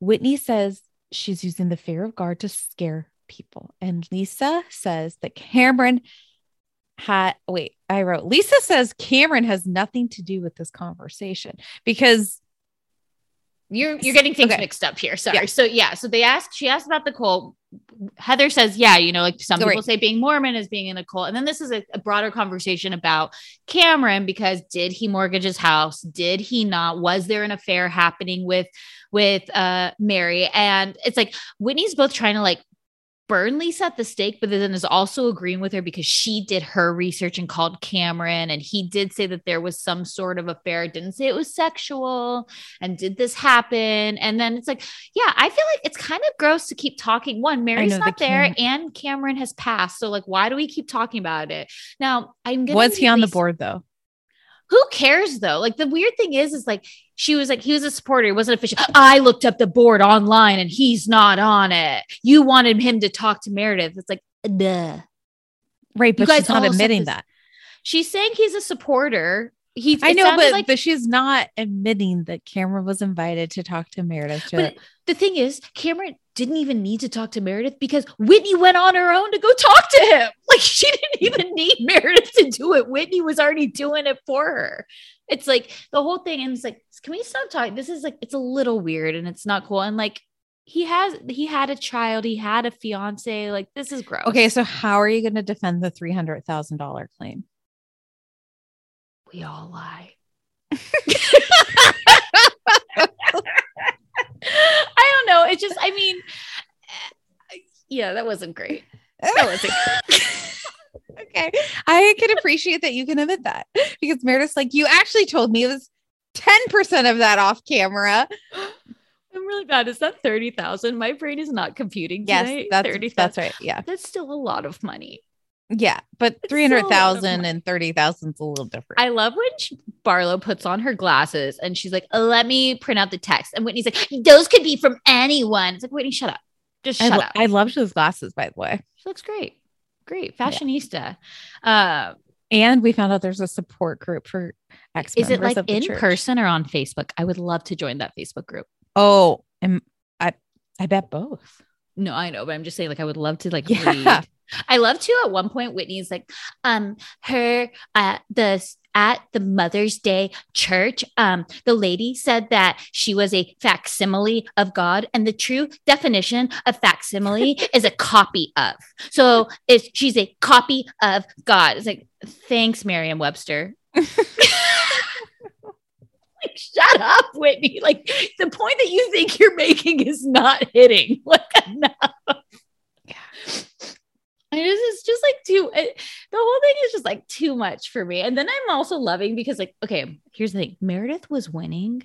Whitney says she's using the fear of God to scare people. And Lisa says that Cameron had wait, I wrote Lisa says Cameron has nothing to do with this conversation because You're you're getting things Okay. mixed up here. Sorry. So yeah. So they asked. She asked about the cult. Heather says, yeah, you know, like some Sorry. people say being Mormon is being in a cult. And then this is a, a broader conversation about Cameron because did he mortgage his house? Did he not? Was there an affair happening with with uh Mary? And it's like Whitney's both trying to like burn Lisa at the stake, but then is also agreeing with her because she did her research and called Cameron. And he did say that there was some sort of affair, didn't say it was sexual. And did this happen? And then it's like, yeah, I feel like it's kind of gross to keep talking. One, Mary's know, the not there Cam- and Cameron has passed. So, like, why do we keep talking about it? Now, I'm going Was he on the board though? who cares though? Like the weird thing is, is like she was like he was a supporter, he wasn't official. I looked up the board online and he's not on it. You wanted him to talk to Meredith. It's like, duh. Right, but guys she's not all said admitting this- that. She's saying he's a supporter. He, I it know, sounded but like, but she's not admitting that Cameron was invited to talk to Meredith. To, but the thing is, Cameron didn't even need to talk to Meredith because Whitney went on her own to go talk to him. Like she didn't even need Meredith to do it. Whitney was already doing it for her. It's like the whole thing, and it's like, can we stop talking? This is like it's a little weird and it's not cool. And like he has, he had a child, he had a fiance. Like this is gross. okay, so how are you going to defend the three hundred thousand dollar claim? we all lie. I don't know. It just, I mean, yeah, that wasn't great. That wasn't great. Okay, I can appreciate that you can admit that because Meredith's like, you actually told me it was ten percent of that off camera. I'm really bad. Is that 30,000? My brain is not computing. Yes, tonight. that's 30,000. that's right. Yeah, That's still a lot of money. yeah, but It's still a three lot hundred of thousand money. and thirty thousand is a little different. I love when she, Barlow puts on her glasses and she's like, "Oh, let me print out the text. And Whitney's like, those could be from anyone. It's like, Whitney, shut up. Just I, shut lo- up. I loved those glasses, by the way. she looks great. Great. Fashionista. Uh, And we found out there's a support group for ex. Is it members like of the in church. person or on Facebook? I would love to join that Facebook group. Oh, and I I bet both. No, I know, but I'm just saying, like, I would love to like Yeah. read. I love to at one point Whitney's like, um, her uh the at the Mother's Day church, um, the lady said that she was a facsimile of God, and the true definition of facsimile is a copy of. So it's she's a copy of God. It's like, thanks, Merriam Webster. like, shut up, Whitney. Like the point that you think you're making is not hitting. Like enough. It is it's just like too it, the whole thing is just like too much for me. And then I'm also loving because like, okay, here's the thing. Meredith was winning.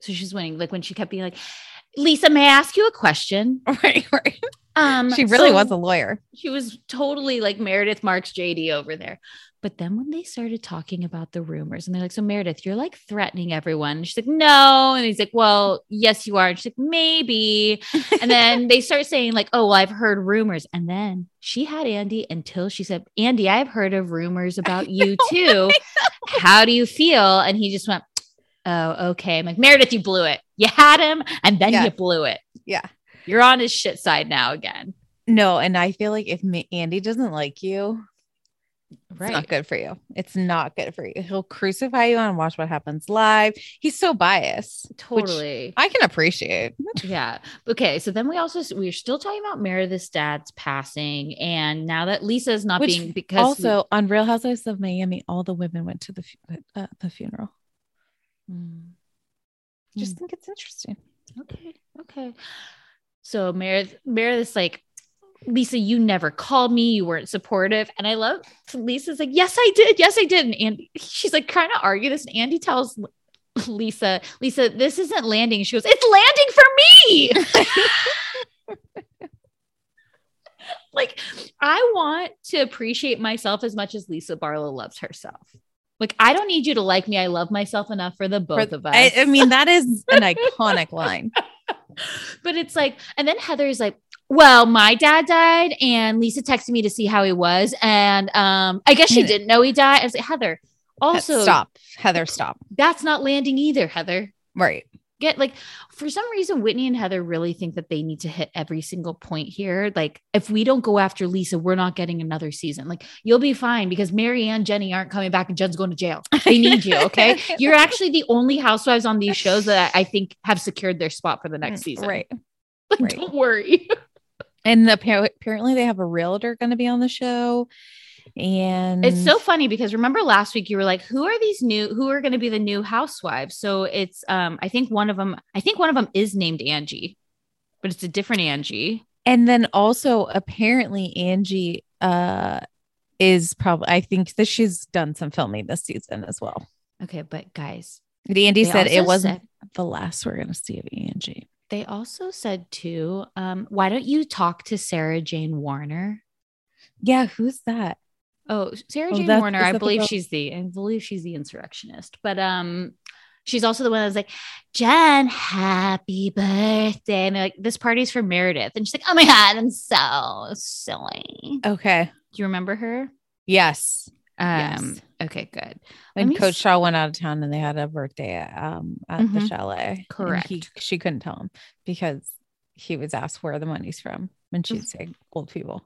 So she's winning. Like when she kept being like, Lisa, may I ask you a question? Right, right. Um She really so- was a lawyer. she was totally like Meredith Marks JD over there. But then when they started talking about the rumors, and they're like, "So Meredith, you're like threatening everyone." And she's like, "No," and he's like, "Well, yes, you are." And she's like, "Maybe." And then they start saying like, "Oh, well, I've heard rumors." And then she had Andy until she said, "Andy, I've heard of rumors about you too. How do you feel?" And he just went, "Oh, okay." I'm like, "Meredith, you blew it. You had him, and then Yeah. you blew it. Yeah. You're on his shit side now again." No, and I feel like if Ma- Andy doesn't like you, it's Right. not good for you. It's not good for you. He'll crucify you on Watch What Happens Live. He's so biased. which Totally. I can appreciate. yeah. Okay. So then we also we are still talking about Meredith's dad's passing, and now that Lisa is not Which being because Also, on Real Housewives of Miami, all the women went to the fu- uh, the funeral. Mm, Just think it's interesting. okay, okay. So Meredith, Meredith's like, Lisa, you never called me. You weren't supportive, and I love Lisa's like, yes, I did, yes, I did, and Andy, she's like trying to argue this, and Andy tells. Lisa, Lisa, this isn't landing. She goes, It's landing for me. like I want to appreciate myself as much as Lisa Barlow loves herself. Like I don't need you to like me. I love myself enough for the both For- of us. I, I mean, that is an iconic line. but it's like, and then Heather's like, well, my dad died, and Lisa texted me to see how he was, and um, I guess she Minute. didn't know he died. I was like, Heather, also stop, Heather. Stop. That's not landing either, Heather. Right. get like for some reason Whitney and Heather really think that they need to hit every single point here. Like if we don't go after Lisa, we're not getting another season. Like you'll be fine because Mary and Jenny aren't coming back and Jen's going to jail. They need you, okay? You're actually the only housewives on these shows that I think have secured their spot for the next season. Mm, Right. Like, right. Don't worry. And appa- apparently they have a realtor going to be on the show. And It's so funny because remember last week you were like, who are these new who are going to be the new housewives? So it's um I think one of them I think one of them is named Angie. But it's a different Angie. and then also apparently Angie uh is probably I think that she's done some filming this season as well. Okay, but guys, But Andy they said also it wasn't said- the last we're going to see of Angie. they also said too, um, why don't you talk to Sarah Jane Warner? Yeah, who's that? Oh, Sarah Oh, Jane that's- Warner, is that I the believe girl- she's the I believe she's the insurrectionist. But um she's also the one that's like, Jen, happy birthday. And they're like, this party's for Meredith. And she's like, Oh my god, I'm so silly. Okay. Do you remember her? Yes. Um, okay, good. Let And me Coach s- Shaw went out of town and they had a birthday um, at the Mhm. chalet. And he- Correct. she couldn't tell him because he was asked where the money's from. And she'd say, old people.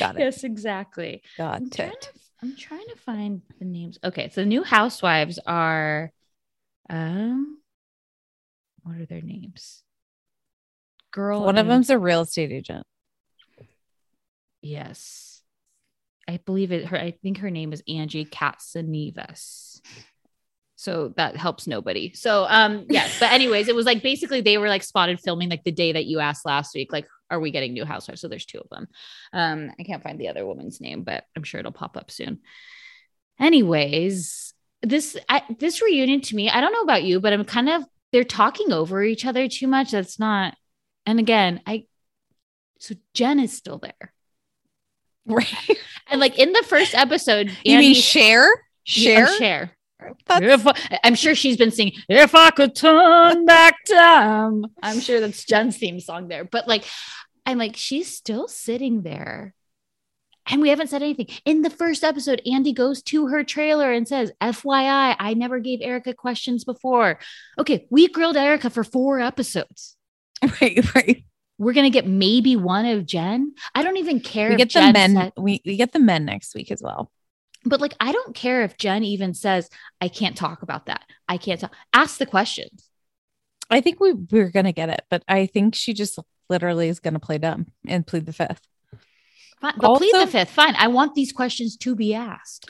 Got it. Yes, exactly. Got I'm trying, it. to, I'm trying to find the names. Okay, so the new housewives are um what are their names? Girl One of and- them's a real estate agent. Yes. I believe it her I think her name is Angie Katsanivas. So that helps nobody. So um yes, but anyways, it was like basically they were like spotted filming like the day that you asked last week like are we getting new housewives? So there's two of them. Um I can't find the other woman's name, but I'm sure it'll pop up soon. Anyways, this I, this reunion to me, I don't know about you, but I'm kind of they're talking over each other too much. That's not and again, I so Jen is still there. Right. And like in the first episode, You mean Andy- share? Share? Yeah, or Cher. That's- If I, am sure she's been singing, If I Could Turn Back Time. I'm sure that's Jen's theme song there. But like, I'm like, she's still sitting there. And we haven't said anything. In the first episode, Andy goes to her trailer and says, FYI, I never gave Erica questions before. Okay, we grilled Erica for four episodes. right, right. We're going to get maybe one of Jen. I don't even care. We if get the Jen men. said- we, we get the men next week as well. But like, I don't care if Jen even says, I can't talk about that. I can't talk. Ask the questions. I think we, we're gonna get it, but I think she just literally is gonna play dumb and plead the fifth. Fine. But plead the Also- fifth. Fine. I want these questions to be asked.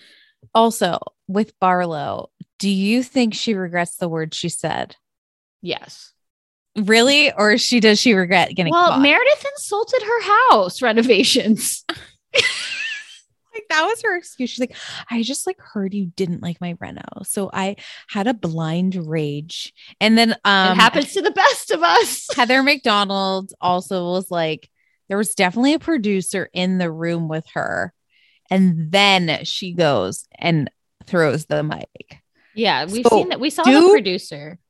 Also, with Barlow, do you think she regrets the word she said? Yes. Really, or she does she regret getting Well, caught? Meredith insulted her house renovations. like that was her excuse. She's like, I just like heard you didn't like my reno, so I had a blind rage, and then um, it happens to the best of us. Heather McDonald also was like, there was definitely a producer in the room with her. And then she goes and throws the mic. Yeah, we've So, seen that. We saw the do- producer.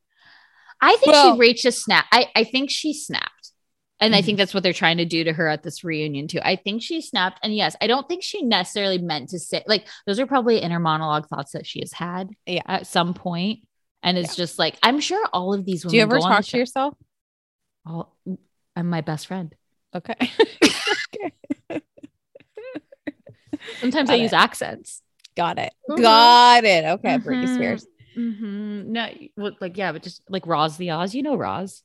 I think Well- she reached a snap. I, I think she snapped. And I think that's what they're trying to do to her at this reunion, too. I think she snapped. And yes, I don't think she necessarily meant to say, like, those are probably inner monologue thoughts that she has had Yeah. at some point. And it's just like, I'm sure all of these women Do you ever go on the talk to show- yourself? all- I'm my best friend. Okay. Sometimes I Got use it. accents. Got it. Mhm. Got it. Okay. Britney Mhm. Spears. Mm-hmm. No, well, like, yeah, but just like Roz the Oz, you know, Roz.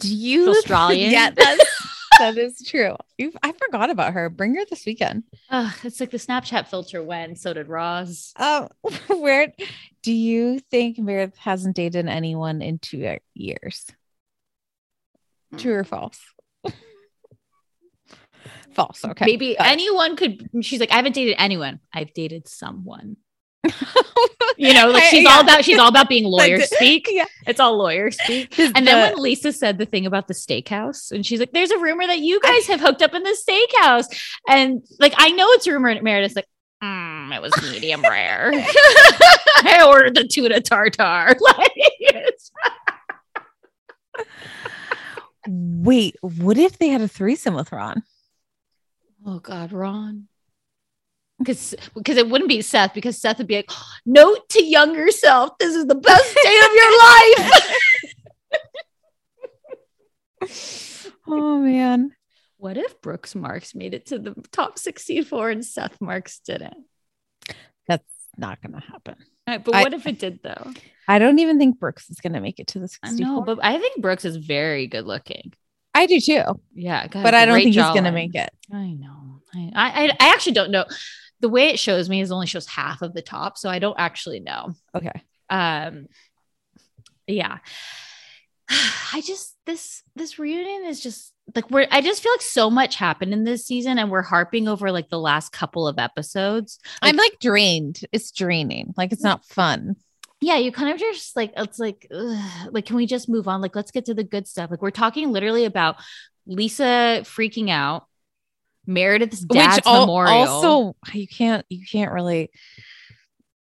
Do you Australian. Yeah, that's that is true. You've, I forgot about her. Bring her this weekend. Ugh, it's like the Snapchat filter when so did Roz. Um, where do you think Meredith hasn't dated anyone in two ye- years? Hmm. True or false? false. Okay. Maybe got it. anyone could. She's like, I haven't dated anyone. I've dated someone. You know, like I- she's yeah. all about she's all about being lawyer did- speak. yeah. It's all lawyer speak. Does And the- then when Lisa said the thing about the steakhouse, and she's like, "There's a rumor that you guys have hooked up in the steakhouse," and like I know it's a rumor. And Meredith's like, mm, "It was medium rare. I ordered the tuna tartar." Like, it's- wait, what if they had a threesome with Ron? oh God, Ron. because because it wouldn't be Seth because Seth would be like, note to younger self, this is the best day of your life. Oh man. What if Brooks Marks made it to the top 64 and Seth Marks didn't? That's not gonna happen. All right, but I- what if it did though? I don't even think Brooks is gonna make it to the I 64. know, but I think Brooks is very good looking. I do too. Yeah, got a But I don't great think he's gonna jawline. make it. I know. I, I I actually don't know. The way it shows me is only shows half of the top, so I don't actually know. Okay. um yeah i just this this reunion is just like we're i just feel like so much happened in this season and we're harping over like the last couple of episodes I'm like drained. It's draining. Like it's not fun. yeah you kind of just like it's like ugh, like can we just move on like let's get to the good stuff like we're talking literally about lisa freaking out meredith's dad's al- memorial also you can't you can't really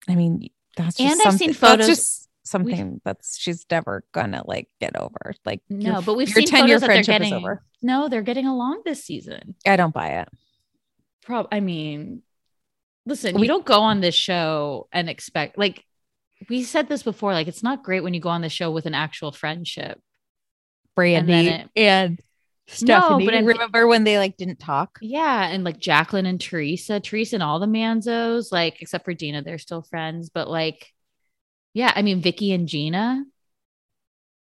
I mean that's just And I've something- seen that's photos- just something that's she's never gonna like get over. Like your- no but we've your seen 10 year photos that they're friendship is getting over. no they're getting along this season I don't buy it. prob I mean, listen, We- we don't go on this show and expect like we said this before, like it's not great when you go on the show with an actual friendship. Brandy and, it- Stephanie. but but I I'm- remember when they like didn't talk. Yeah. And like Jacqueline and Teresa, Teresa and all the Manzos, like except for Gina, they're still friends. But like, yeah, I mean Vicky and Gina.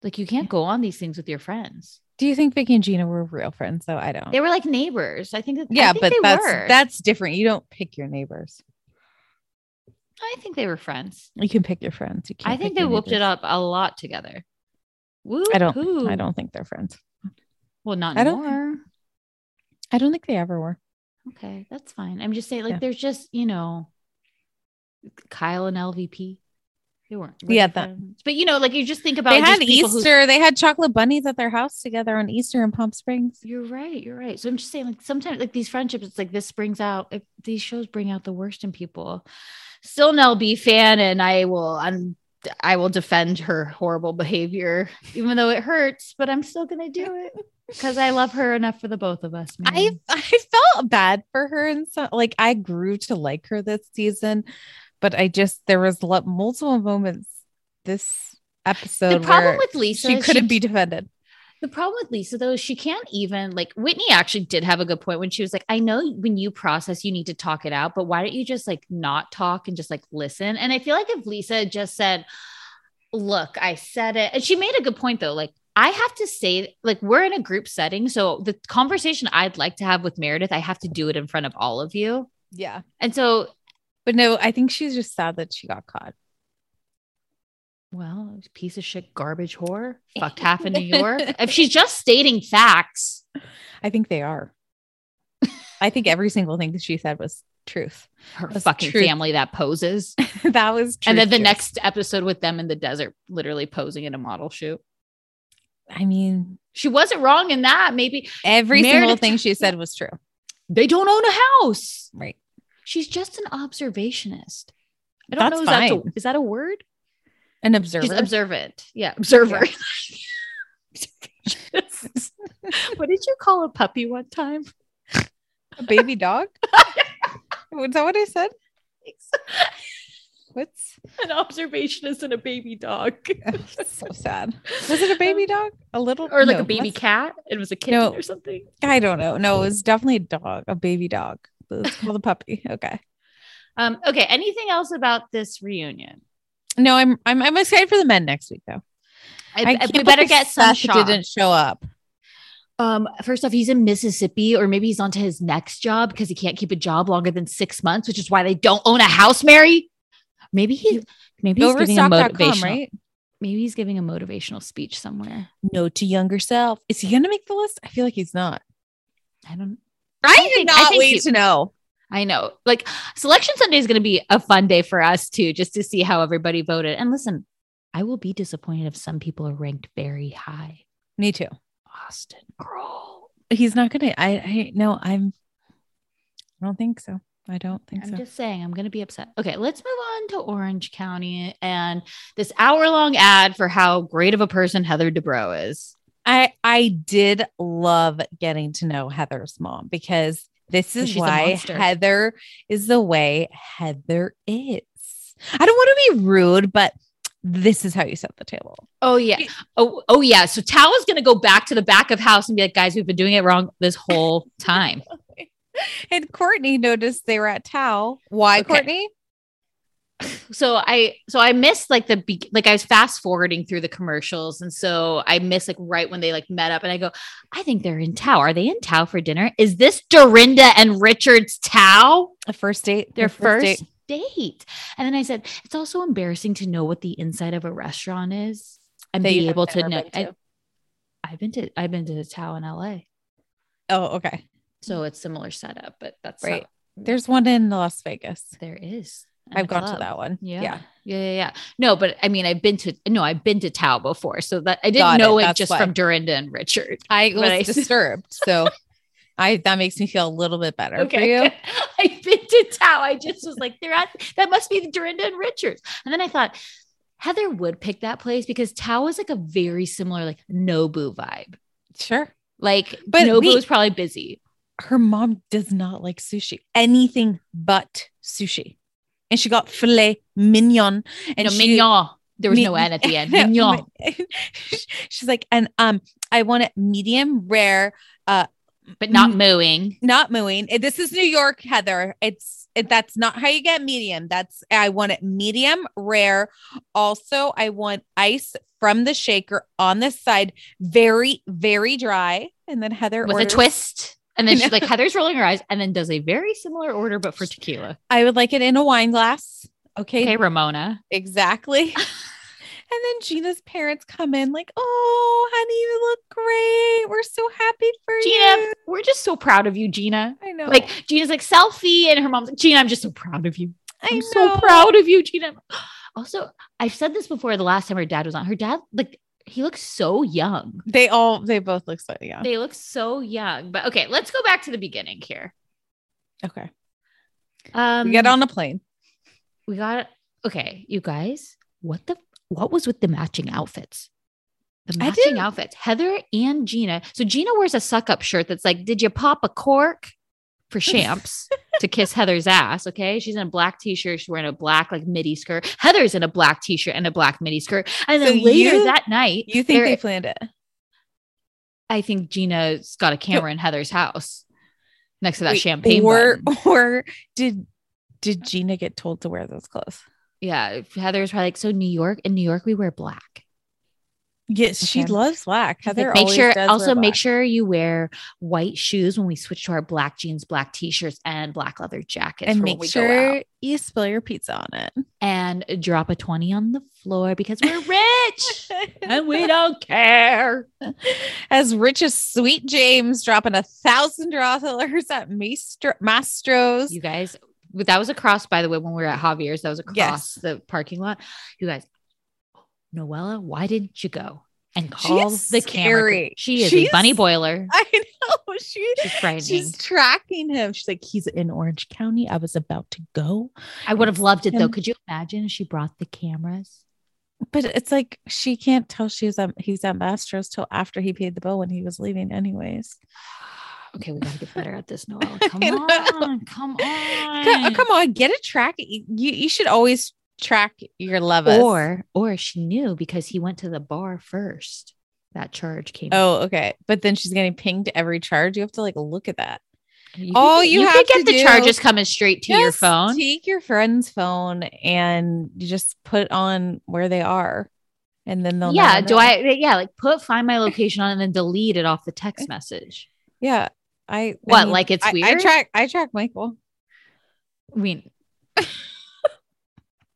Like you can't go on these things with your friends. Do you think Vicky and Gina were real friends? So I don't. They were like neighbors. I think that I yeah, think but they that's were. that's different. You don't pick your neighbors. I think they were friends. You can pick your friends. You can't I think pick they your whooped it neighbors. up a lot together. Woo I don't. I don't think they're friends. Well, not I don't anymore. think- I don't think they ever were. Okay, that's fine. I'm just saying, like, Yeah. there's just you know, Kyle and LVP. They weren't. really Yeah, that- friends. but you know, like you just think about They like, had these people who- Easter. They had chocolate bunnies at their house together on Easter in Palm Springs. you're right. You're right. So I'm just saying, like, sometimes like these friendships, it's like this brings out if these shows bring out the worst in people. Still an LB fan, and I will. I'm. I will defend her horrible behavior, even though it hurts. But I'm still gonna do it because I love her enough for the both of us. Man. I I felt bad for her and so like I grew to like her this season, but I just there was lo- multiple moments this episode the problem where with Lisa, she is couldn't be defended. The problem with Lisa though is she can't even like Whitney actually did have a good point when she was like, I know when you process, you need to talk it out, but why don't you just like not talk and just like listen? And I feel like if Lisa had just said, Look, I said it, and she made a good point though, like I have to say, like, we're in a group setting. So the conversation I'd like to have with Meredith, I have to do it in front of all of you. Yeah, And so, but no, I think she's just sad that she got caught. well, piece of shit, garbage whore, fucked half in New York. if she's just stating facts, I think they are. I think every single thing that she said was truth. her That's fucking true. family that poses. that was truth. and then the to us. next episode with them in the desert, literally posing in a model shoot. I mean, She wasn't wrong in that. Maybe every single Meredith- thing she said was true. they don't own a house. Right. She's just an observationist. I don't That's know. Is fine. that, the, is that a word? An observer. She's observant. Yeah, observer. Observationist. what did you call a puppy one time? a baby dog. Was that what I said? What's An observationist and a baby dog, so sad? Was it a baby dog? A little or like no, a baby must- cat? It was a kitten No. or something. I don't know. No, it was definitely a dog, a baby dog. It's called a puppy. Okay. Um, okay. Anything else about this reunion? No, I'm I'm I'm excited for the men next week though. I, I I- we can't better believe get some Seth shots. didn't show up. Um, first off, he's in Mississippi, or maybe he's onto his next job because he can't keep a job longer than six months, which is why they don't own a house, Mary. Maybe he, maybe he's giving a Overstock.com, motivational, right? maybe he's giving a motivational speech somewhere. No to younger self. Is he gonna make the list? I feel like he's not. I don't. I, did think- I not think wait he- to know. I know. Like Selection Sunday is going to be a fun day for us too, just to see how everybody voted. And listen, I will be disappointed if some people are ranked very high. Me too. Austin Kroll. He's not gonna I I no, I'm I don't think so. I don't think I'm so. just saying, I'm going to be upset. Okay, let's move on to Orange County and this hour long ad for how great of a person Heather Dubrow is. I I did love getting to know Heather's mom because This is Oh, she's a why monster. Heather is the way Heather is. I don't want to be rude, but this is how you set the table. Oh yeah. Oh oh yeah. So Tao is gonna go back to the back of house and be like, guys, we've been doing it wrong this whole time. And Courtney noticed they were at Tao. Why, Okay. Courtney? so I so I missed like the be- like I was fast forwarding through the commercials, and so I missed like right when they like met up, and I go, I think they're in Tao. Are they in Tao for dinner? Is this Dorinda and Richard's Tao? A first date. Their first, date. date. And then I said, it's also embarrassing to know what the inside of a restaurant is and That you be have able to never know. been I, to. I've been to I've been to the Tao in L.A., Oh, okay. so it's similar setup, but that's Right. right. There's one in Las Vegas. there is. and I've a gone club. to that one. Yeah. yeah. Yeah. Yeah. No, but I mean, I've been to, no, I've been to Tao before. So that I didn't Got it. know it, That's just why. from Dorinda and Richard. I But was I- disturbed. So I that makes me feel a little bit better for you. I've been to Tao. I just was like, they're at, that must be the Dorinda and Richards. And then I thought Heather would pick that place because Tao is like a very similar, like Nobu vibe. Sure. Like, But but Nobu wait. is probably busy. her mom does not like sushi, anything but sushi. And she got filet mignon and And no, she- mignon. There was mi- no N at the end. Mignon. She's like, and um, I want it medium rare, but not Mm. mooing. not mooing. Eh, This is New York, Heather. It's it, that's not how you get medium. That's I want it medium rare. Also, I want ice from the shaker on the side, very very dry. And then Heather With a orders- twist. And then I she's know. like, Heather's rolling her eyes and then does a very similar order, but for tequila. I would like it in a wine glass. Okay, Okay, Ramona. Exactly. and then Gina's parents come in like, "Oh, honey, you look great. We're so happy for Gina, you." we're just so proud of you, Gina. I know. Like Gina's like selfie, and her mom's like, Gina, I'm just so proud of you. I I'm so know. proud of you, Gina. Also, I've said this before the last time her dad was on. Her dad, like, he looks so young. They all they both look so young. They look so young. But okay, let's go back to the beginning here. Okay. Um we get on a plane. we got okay, you guys. What the what was with the matching outfits? The I matching didn't- outfits. Heather and Gina. So Gina wears a suck up shirt that's like, did you pop a cork for champs to kiss Heather's ass? Okay. She's in a black t-shirt. She's wearing a black like midi skirt. Heather's in a black t-shirt and a black midi skirt. And So then later you- that night, You think they're- they planned it? I think Gina's got a camera in Heather's house next to that Wait, champagne. or button. or did did Gina get told to wear those clothes? yeah. Heather's probably like, so New York, in New York, we wear black. Yes, she Okay. loves black. He's like, Heather make always sure does also wear make black. sure you wear white shoes when we switch to our black jeans, black t-shirts, and black leather jackets. and for when make we go sure out. you spill your pizza on it. and drop a 20 on the floor because we're rich and we don't care. as rich as Sweet James dropping a thousand dollars at Maestro- Mastro's. You guys, but that was a cross, by the way, when we were at Javier's. That was across Yes. the parking lot. You guys, Noella, why didn't you go and She call is the camera? crew? scary. She is She's- a bunny boiler. I know she. She's frightening. She's tracking him. She's like, he's in Orange County. I was about to go, I would have loved it though. him. Could you imagine if she brought the cameras? but it's like she can't tell she's at he's at Mastro's till after he paid the bill when he was leaving, anyways. okay, we gotta get better at this, Noel. Come I know. on, come Co- on. Come on, get a track. You you should always track your lovers. Or or she knew because he went to the bar first. That charge came. oh, okay, but then she's getting pinged every charge. You have to like look at that. you all could- you could have get to the do- charges coming straight to your Just phone. Take your friend's phone and you just put on where they are, and then they'll. yeah, never do know. I? Yeah, like put find my location on and then delete it off the Eh. text message. Yeah, I. What, I mean, like it's I- I weird? track. I track Michael. I mean,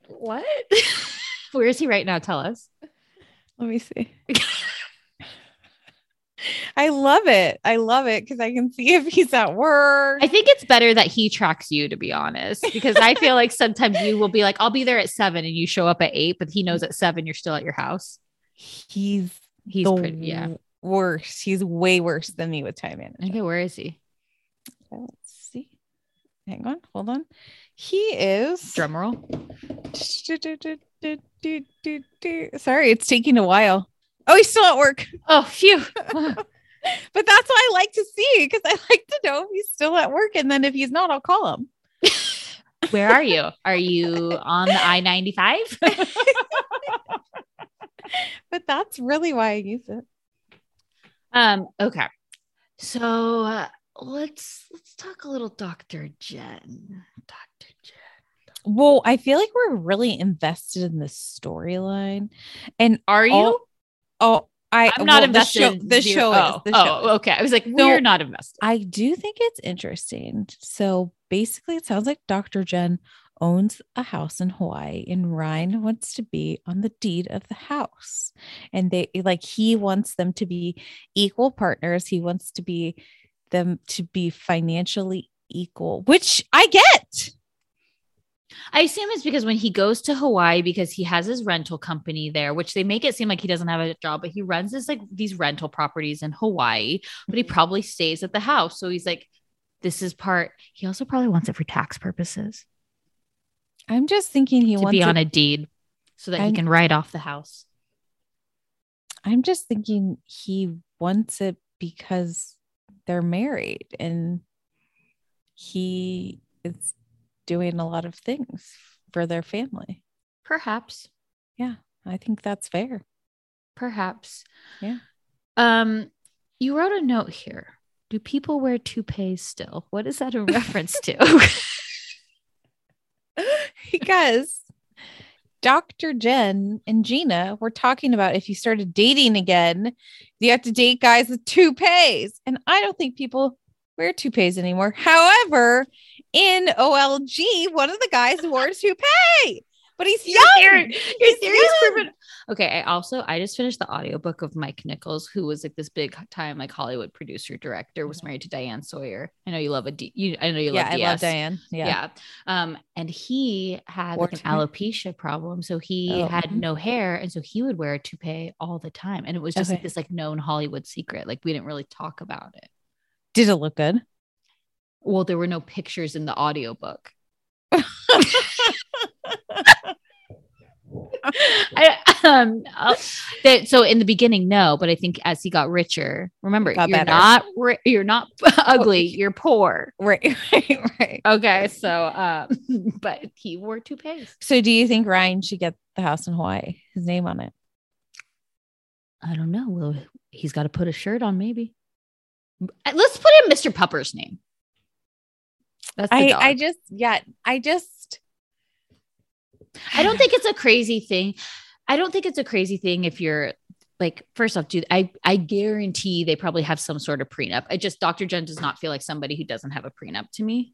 what? Where is he right now? Tell us. Let me see. I love it. I love it because I can see if he's at work. I think it's better that he tracks you, to be honest, because I feel like sometimes you will be like, I'll be there at seven and you show up at eight, but he knows at seven you're still at your house. he's He's the pretty, yeah. worse. He's way worse than me with time management. Okay, where is he? Let's see. Hang on. Hold on. He is. Drum roll. Sorry, it's taking a while. Oh, he's still at work. Oh, phew. But that's why I like to see because I like to know if he's still at work. And then if he's not, I'll call him. Where are you? Are you on the I 95? But that's really why I use it. Um, okay. So uh, let's let's talk a little Dr. Jen. Dr. Jen. Well, I feel like we're really invested in the storyline. And Are you? all- oh, I I'm not well, invested. The show, the zero- show oh, is. The show oh, is. okay. I was like, So- we're not invested. I do think it's interesting. So basically, it sounds like Dr. Jen owns a house in Hawaii, and Ryan wants to be on the deed of the house. And they like he wants them to be equal partners. He wants to be them to be financially equal, which I get. I assume it's because when he goes to Hawaii, because he has his rental company there, which they make it seem like he doesn't have a job, but he runs this like these rental properties in Hawaii, but he Hmm. probably stays at the house. So he's like, this is part. He also probably wants it for tax purposes I'm just thinking he to wants be on it- a deed so that he I'm- can write off the house. I'm just thinking he wants it because they're married and he is doing a lot of things for their family. Perhaps. I think that's fair. Perhaps. Yeah. Um, you wrote a note here. Do people wear toupees still? What is that in reference to? because Dr. Jen and Gina were talking about if you started dating again, you have to date guys with toupees. And I don't think people wear toupees anymore. However, in OLG, one of the guys wore a toupee, but he's young. theory- your He's theory's young. proven- Okay. I also I just finished the audiobook of Mike Nichols, who was like this big time like Hollywood producer director, was married to Diane Sawyer. I know you love a D you I know you yeah, love I DS. love Diane. Yeah. Yeah. Um, and he had like an Wharton. alopecia problem. So he Oh. had Mhm. no hair. And so he would wear a toupee all the time. And it was just like Okay. this like known Hollywood secret. Like we didn't really talk about it. Did it look good? Well, there were no pictures in the audiobook. I, um, I'll- that, so in the beginning, no, but I think as he got richer, remember Got you're better. not ri- you're not ugly, you're poor. Right, right, right. Okay, so um, but he wore toupees. So do you think Ryan should get the house in Hawaii? His name on it. I don't know. Well, he's got to put a shirt on, maybe. Uh, Let's put in Mr. Pupper's name. That's the I, dog. I just yeah, I just I don't think it's a crazy thing. I don't think it's a crazy thing if you're like, first off, dude, I, I guarantee they probably have some sort of prenup. I just, Dr. Jen does not feel like somebody who doesn't have a prenup to me.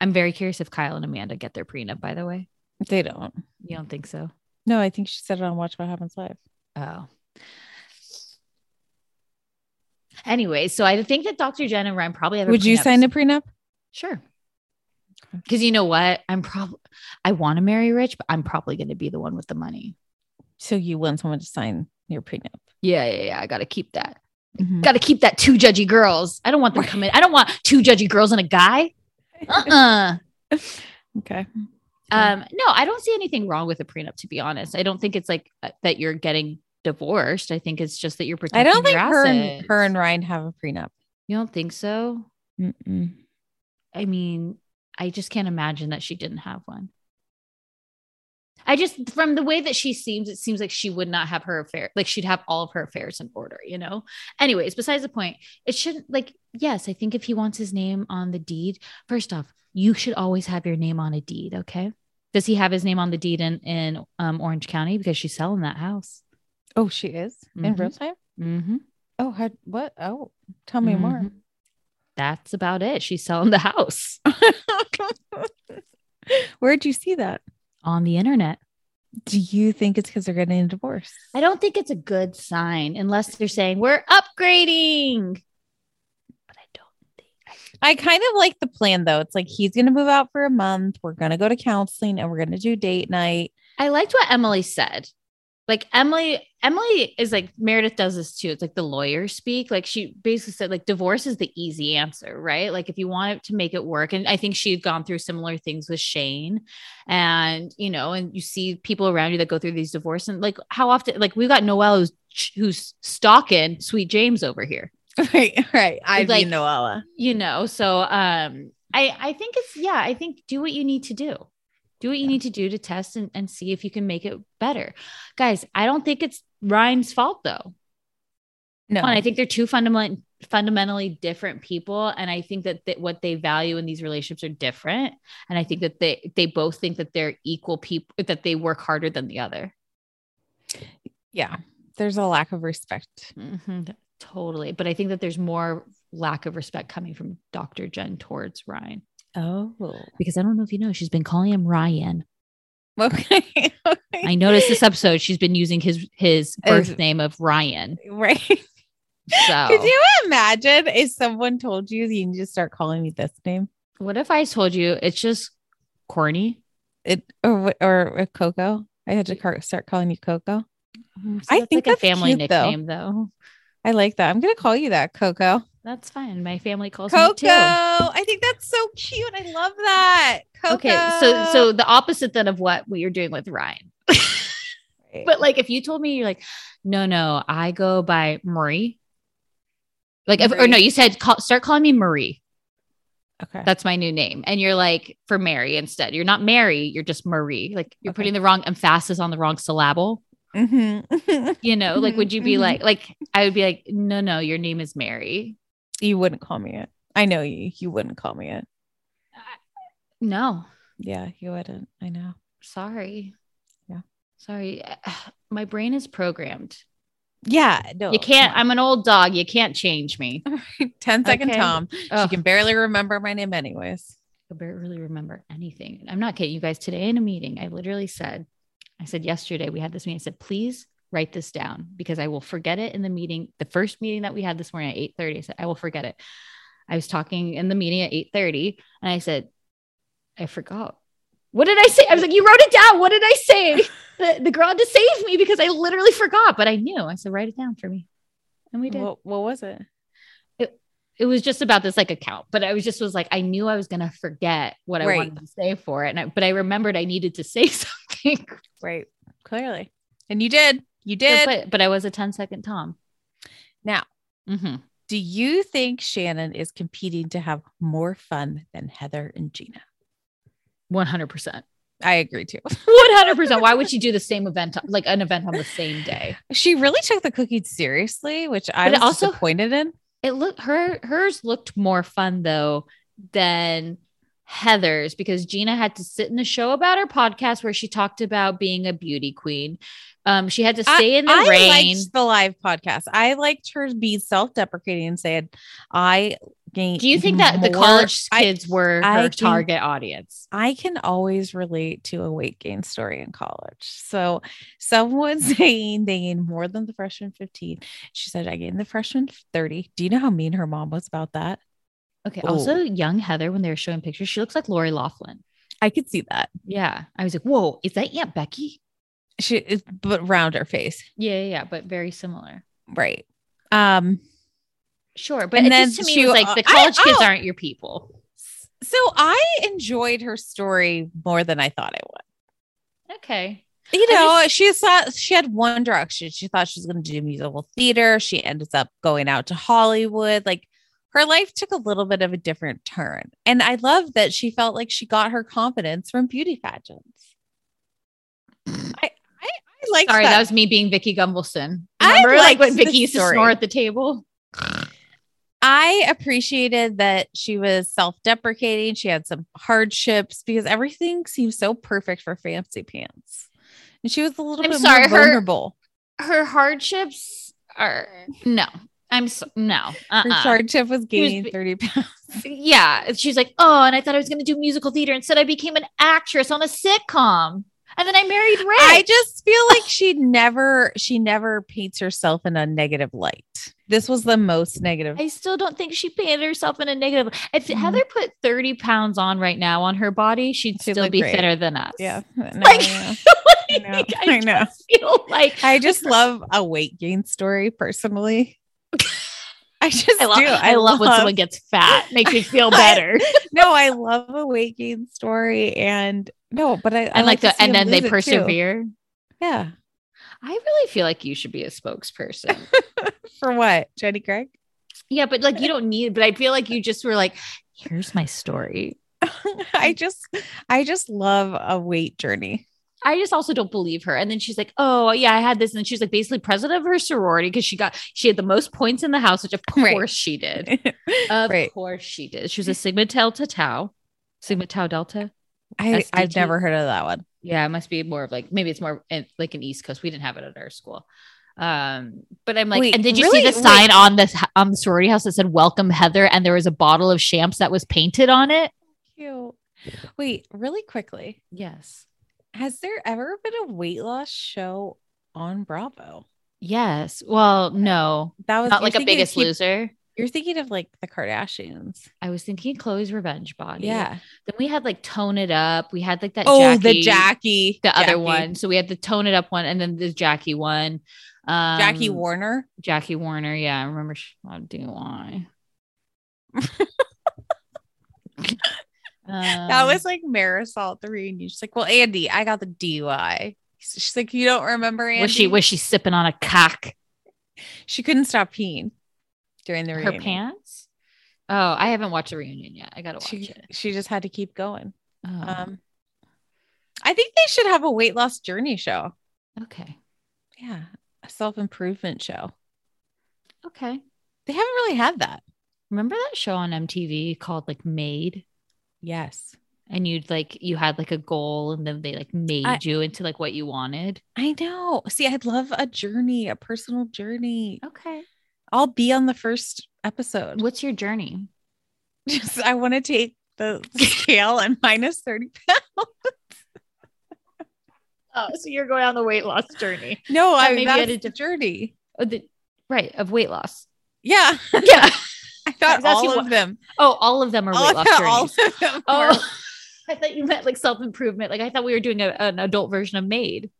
I'm very curious if Kyle and Amanda get their prenup, by the way. they don't. You don't think so? No, I think she said it on Watch What Happens Live. Oh. Anyway, so I think that Dr. Jen and Ryan probably have a Would you prenup. sign a prenup? Sure. Because you know what? I'm probably, I want to marry rich, but I'm probably going to be the one with the money. So you want someone to sign your prenup. Yeah, yeah, yeah. I got to keep that. Got to keep that two judgy girls. I don't want them coming. I don't want two judgy girls and a guy. Uh-uh. Okay. Yeah. Um, no, I don't see anything wrong with a prenup. To be honest, I don't think it's like uh, that you're getting divorced. I think it's just that you're I protecting. don't think your her and, assets. her and Ryan have a prenup. you don't think so. Mm-mm. I mean, I just can't imagine that she didn't have one. I just, from the way that she seems, it seems like she would not have her affair. Like she'd have all of her affairs in order, you know? Anyways, besides the point, it shouldn't, like, yes, I think if he wants his name on the deed, first off, you should always have your name on a deed, okay? Does he have his name on the deed in, in um, Orange County? Because she's selling that house. Oh, she is in Mhm. real time. Mm-hmm. Oh, how, what? Oh, tell me more. That's about it. She's selling the house Where'd you see that? on the internet. Do you think it's because they're getting a divorce? I don't think it's a good sign unless they're saying we're upgrading. But I don't think. I kind of like the plan though. It's like he's going to move out for a month. We're going to go to counseling and we're going to do date night. I liked what Emily said. Like Emily, Emily is like Meredith does this too. It's like the lawyers speak. Like she basically said, like divorce is the easy answer, right? Like if you want it to make it work, and I think she had gone through similar things with Shane, and you know, and you see people around you that go through these divorces, and like how often, like we've got Noelle who's ch- who's stalking Sweet James over here. right, right. I'd Like- be Noella. You know, so um, I I think it's yeah. I think do what you need to do. Do what you need to do to test and, and see if you can make it better. Guys, I don't think it's Ryan's fault though. No, One, I think they're two fundament, fundamentally different people. And I think that, that what they value in these relationships are different. And I think that they, they both think that they're equal people, that they work harder than the other. yeah. There's a lack of respect. Mhm. Totally. But I think that there's more lack of respect coming from Dr. Jen towards Ryan. Oh, Because I don't know if you know, she's been calling him Ryan. okay. I noticed this episode, she's been using his his birth Is- name of Ryan. Right. So Could you imagine if someone told you you need to start calling me this name what if I told you it's just corny? it or what- or a Coco? I had to car- start calling you Coco. So I Mm-hmm. that's think like a that's family cute, though. nickname though. I like that. I'm gonna call you that, Coco. That's fine. My family calls Coco. me too. I think that's so cute. I love that. Coco. Okay, so so the opposite then of what we are doing with Ryan. But like if you told me you're like, no, no, I go by Marie. Like if, or no, Marie. you said call, start calling me Marie. okay. That's my new name, and you're like for Mary instead. You're not Mary. You're just Marie. Like you're Okay. putting the wrong emphasis on the wrong syllable. Mhm. You know, like Mhm, would you be mhm. like like I would be like, no, no, your name is Mary. you wouldn't call me it. I know you. You wouldn't call me it. No, Yeah, you wouldn't. I know. sorry. Yeah. sorry. My brain is programmed. Yeah, Oh, no. You can't. I'm an old dog. You can't change me. I Ten second Okay. Tom. She Ugh. can barely remember my name, anyways. barely really remember anything. I'm not kidding you guys. Today in a meeting, I literally said, I said yesterday we had this meeting. I said, please write this down because I will forget it in the meeting. The first meeting that we had this morning at 8:30, I said I will forget it. I was talking in the meeting at 8:30, and I said, I forgot. What did I say? I was like, you wrote it down. What did I say? The, the girl had to save me because I literally forgot, but I knew. I said, write it down for me, and we did. What, what was it? it was just about this like account, but I was just was like I knew I was gonna forget what I Right. wanted to say for it, and I, but I remembered I needed to say something. Right. Clearly. And you did. You did. but but I was a 10 second Tom. Now. Mhm. Do you think Shannon is competing to have more fun than Heather and Gina? 100%. I agree too. 100%. Why would she do the same event, like an event on the same day? She really took the cooking seriously, which I But it was also- disappointed in. It looked her hers looked more fun though than Heather's because Gina had to sit in the show about her podcast where she talked about being a beauty queen. Um, she had to stay in the I rain. liked the live podcast. I liked her be self-deprecating and said, "I gain." Do you think that the more- college I- kids were I her think- target audience? I can always relate to a weight gain story in college. So, someone saying they gained more than the freshman 15. She said, I gained the freshman 30. Do you know how mean her mom was about that? Okay. Oh. Also, young Heather, when they were showing pictures, she looks like Lori Laughlin. I could see that. Yeah. I was like, whoa, is that Aunt Becky? She is, but round her face. Yeah, yeah, yeah, but very similar. Right. Um, Sure. But And it then just to me she- was like the I- college kids oh. aren't your people. so I enjoyed her story more than I thought I would. Okay. You I know, she thought she had one direction. She thought she was going to do musical theater. She ended up going out to Hollywood. Like her life took a little bit of a different turn. And I love that she felt like she got her confidence from beauty pageants. I, I, I like Sorry, that. that. was me being Vicky Gumbelson. I Remember like liked when the Vicky used to story. snore at the table? I appreciated that she was self deprecating. She had some hardships because everything seemed so perfect for fancy pants. And she was a little I'm bit sorry, her- more vulnerable. Her hardships are no. I'm so, no. Her, Uh-uh. hardship was She was gaining be- 30 pounds. yeah she's like oh and i thought i was going to do musical theater instead i became an actress on a sitcom and then i married ray I just feel like she never she never paints herself in a negative light. This was the most negative. I still don't think she painted herself in a negative if Mhm. heather put 30 pounds on right now on her body she'd She'd still look be great. thinner than us yeah. No, I like know. I, know, I know, I know. just feel like I just love a weight gain story personally. I just I love, do. I love when someone gets fat makes me feel I- better No, I love a weight gain story and no, but I, I and like to the see and them then they lose it too. persevere Yeah. I really feel like you should be a spokesperson. For what? Jenny Craig? yeah, but like you don't need, but I feel like you just were like, here's my story. I just I just love a weight journey. I just also don't believe her. And then she's like, oh, yeah, I had this. And she's like basically president of her sorority because she got, she had the most points in the house, which of course Right. she did. Of Right. course she did. She was a Sigma Delta Tau, Sigma Tau Delta. I, I've SDT. never heard of that one. Yeah, it must be more of like, maybe it's more in, like an East Coast. We didn't have it at our school. Um, but I'm like, Wait, and did you really? see the sign on this on the sorority house that said "Welcome Heather" and there was a bottle of champs that was painted on it? Cute. Wait, really quickly. Yes, Has there ever been a weight loss show on Bravo? yes. Well, no, That was not you're like a thinking of Biggest peop- Loser. You're thinking of like the Kardashians. I was thinking Chloe's Revenge Body. Yeah. Then we had like Tone It Up. We had like that. Jackie. The Oh, Jackie. other one. So we had the Tone It Up one, and then the Jackie one. Um, Jackie Warner. Jackie Warner. Yeah, I remember. She, I do why. Um, That was like Marisol at the reunion. She's like, "Well, Andy, I got the DUI." She's like, "You don't remember Andy?" was she was she sipping on a cock she couldn't stop peeing during the her reunion. pants? Oh, I haven't watched the reunion yet. I gotta watch She it. she just had to keep going. Oh, Um, I think they should have a weight loss journey show. okay, Yeah, a self improvement show. okay. They haven't really had that. Remember that show on MTV called like Made? Yes, and you'd like you had like a goal and then they like made I- you into like what you wanted I know. See, I'd love a journey, a personal journey. okay I'll be on the first episode. what's your journey Just, I want to take the scale and minus thirty pounds. oh so you're going on the weight loss journey No, I That maybe mean at that's a the journey. Oh, right of weight loss Yeah, yeah I I thought was asking all of what- them. oh all of them are All, weight I loss thought journeys all of them. were- oh i thought you meant like self-improvement like i thought we were doing a, an adult version of made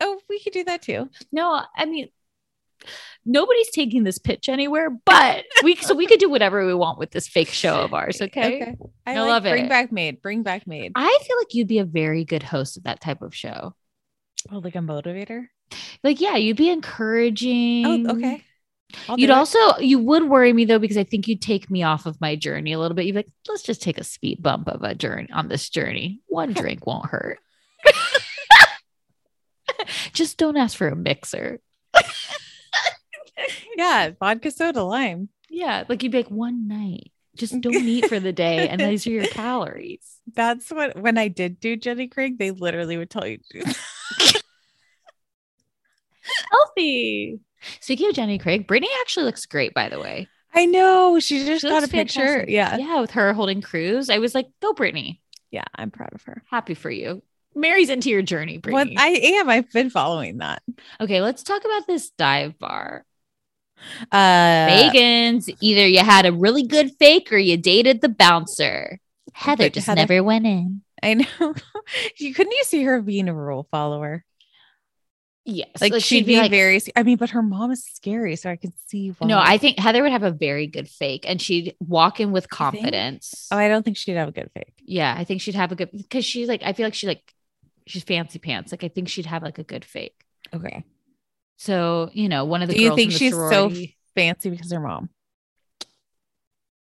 oh, we could do that too. no i mean nobody's taking this pitch anywhere but we so we could do whatever we want with this fake show of ours okay, I, I love love it. Bring it. back maid. Bring back maid. i feel like you'd be a very good host of that type of show Oh, like a motivator. like yeah you'd be encouraging Oh, okay. I'll you'd do it. also you would worry me though because i think you'd take me off of my journey a little bit you'd be like let's just take a speed bump of a journey on this journey one drink won't hurt just don't ask for a mixer yeah, vodka soda lime. yeah like you'd be like one night Mm. just don't eat for the day and these are your calories That's what when I did do Jenny Craig, they literally would tell you. healthy speaking of jenny craig brittany actually looks great by the way I know she just She got a looks picture. fantastic. Yeah, yeah with her holding cruise i was like go brittany yeah, I'm proud of her. happy for you mary's into your journey What brittany I am, I've been following that. Okay, let's talk about this dive bar. Uh, Megan's either you had a really good fake or you dated the bouncer. Heather But just Heather- never went in. I know. you couldn't you see her being a rule follower? Yes, Like, she'd, be, very. I mean, but her mom is scary, so I can see. Why. No, I think Heather would have a very good fake, and she'd walk in with You think? confidence. Oh, I don't think she'd have a good fake. yeah, I think she'd have a good because she's like I feel like she like she's fancy pants. Like I think she'd have like a good fake. Okay. So you know, one of the Do you girls in think the she's so sorority- fancy because her mom?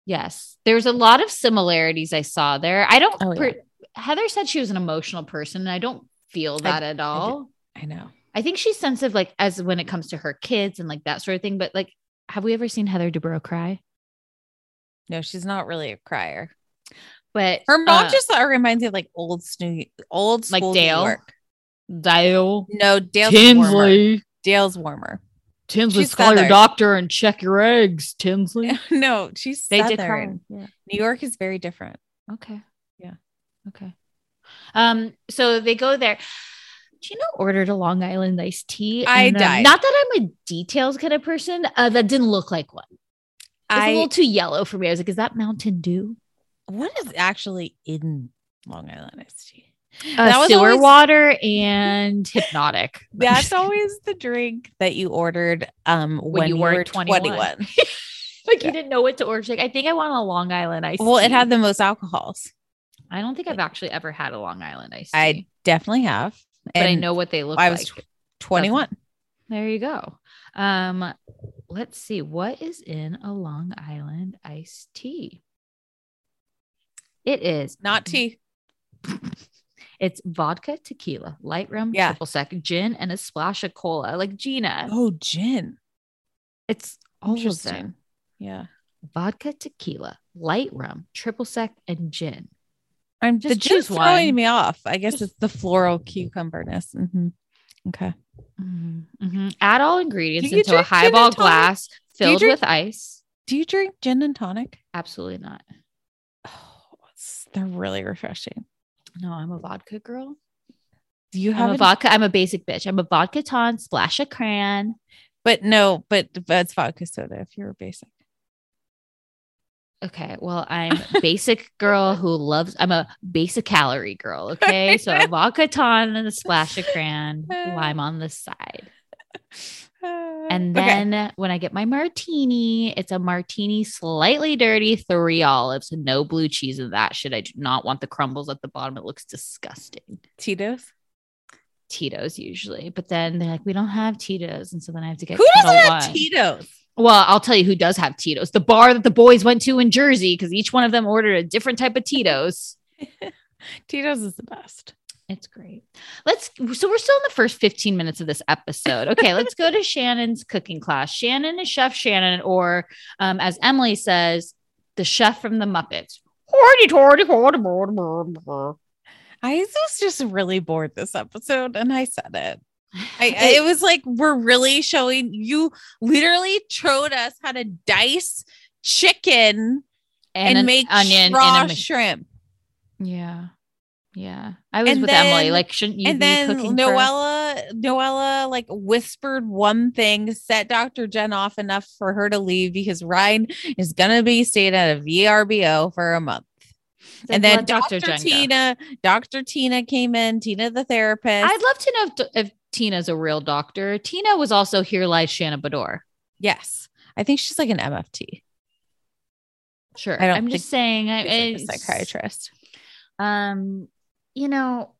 Yes, there was a lot of similarities I saw there. I don't. Oh, yeah. per- Heather said she was an emotional person, and I don't feel that at all. I know. I, think she's sensitive, like as when it comes to her kids and like that sort of thing. But like, have we ever seen Heather Dubrow cry? No, she's not really a crier. But Her mom uh, just uh, reminds me of like old snoo old Like school Dale? New York. Dale No, Dale's warmer. Tinsley. Dale's warmer. Tinsley, She's call your Southern. doctor and check your eggs, Tinsley. no, she's They southern. did cry. Yeah. New York is very different. Okay. Yeah. Okay. Um, so they go there. Gina ordered a Long Island iced tea. I and, um, died. not that I'm a details kind of person. Uh, that didn't look like one. It was a I little too yellow for me. I was like, is that Mountain Dew? what is actually in Long Island iced tea? That Uh, was sewer always- water and hypnotic. That's always the drink that you ordered um when, you were 21. like you didn't know what to order. She's Like, I think I want a Long Island iced Well, it tea. had the most alcohols. I don't think I've actually ever had a Long Island iced tea. I definitely have. but I And know what they look I like. was 21. There you go. Um, let's see what is in a Long Island iced tea. It is Not tea. it's vodka, tequila, light rum, Yeah. triple sec, gin, and a splash of cola. Like Gina, Oh, gin. it's all of them: Yeah. vodka, tequila, light rum, triple sec, and gin. I'm just Just the gin's choose throwing one. me off. I guess it's the floral cucumberness. Mhm. Okay. Mm-hmm. Add all ingredients you drink into a gin and highball tonic? glass Do you filled drink- with ice. Do you drink gin and tonic? Absolutely not. Oh, it's- they're really refreshing. No, I'm a vodka girl. Do you I'm have a any- vodka. I'm a basic bitch. I'm a vodka ton, splash of crayon. But no, but, but it's vodka soda if you're basic. Okay, well, I'm basic girl who loves. I'm a basic calorie girl. Okay, so a vodka ton and a splash of crayon, lime on the side, and then when I get my martini, it's a martini slightly dirty, three olives, no blue cheese in that shit. I do not want the crumbles at the bottom. It looks disgusting. Tito's. Tito's usually, but then they're like, we don't have Tito's, and so then I have to get Who doesn't have Kettle One. Tito's? Well, I'll tell you who does have Tito's. The bar that the boys went to in Jersey, because each one of them ordered a different type of Tito's. Tito's is the best. It's great. Let's so we're still in the first 15 minutes of this episode. Okay, let's go to Shannon's cooking class. Shannon is Chef Shannon, or um, as Emily says, the chef from the Muppets. Hoity toity, hoity, hoity, hoity, hoity. I was just really bored this episode, and I said it. I, I- it was like we're really showing you literally showed us how to dice chicken and, an make onion raw and a mach- shrimp, Yeah. Yeah. I was And with Emily. then- Like, shouldn't you and be then cooking? for- Noella, Noella like whispered one thing, set Dr. Jen off enough for her to leave because Ryan is gonna be staying at a VRBO for a month. It's And like, then let Dr. Jen go. Tina, Dr. Tina came in, Tina the therapist. I'd love to know if, if Tina's a real doctor. Tina was also here lies Shanna Bador. yes. I think she's like an MFT. Sure. I don't I'm just saying. I, She's like a it's- psychiatrist. Um, you know,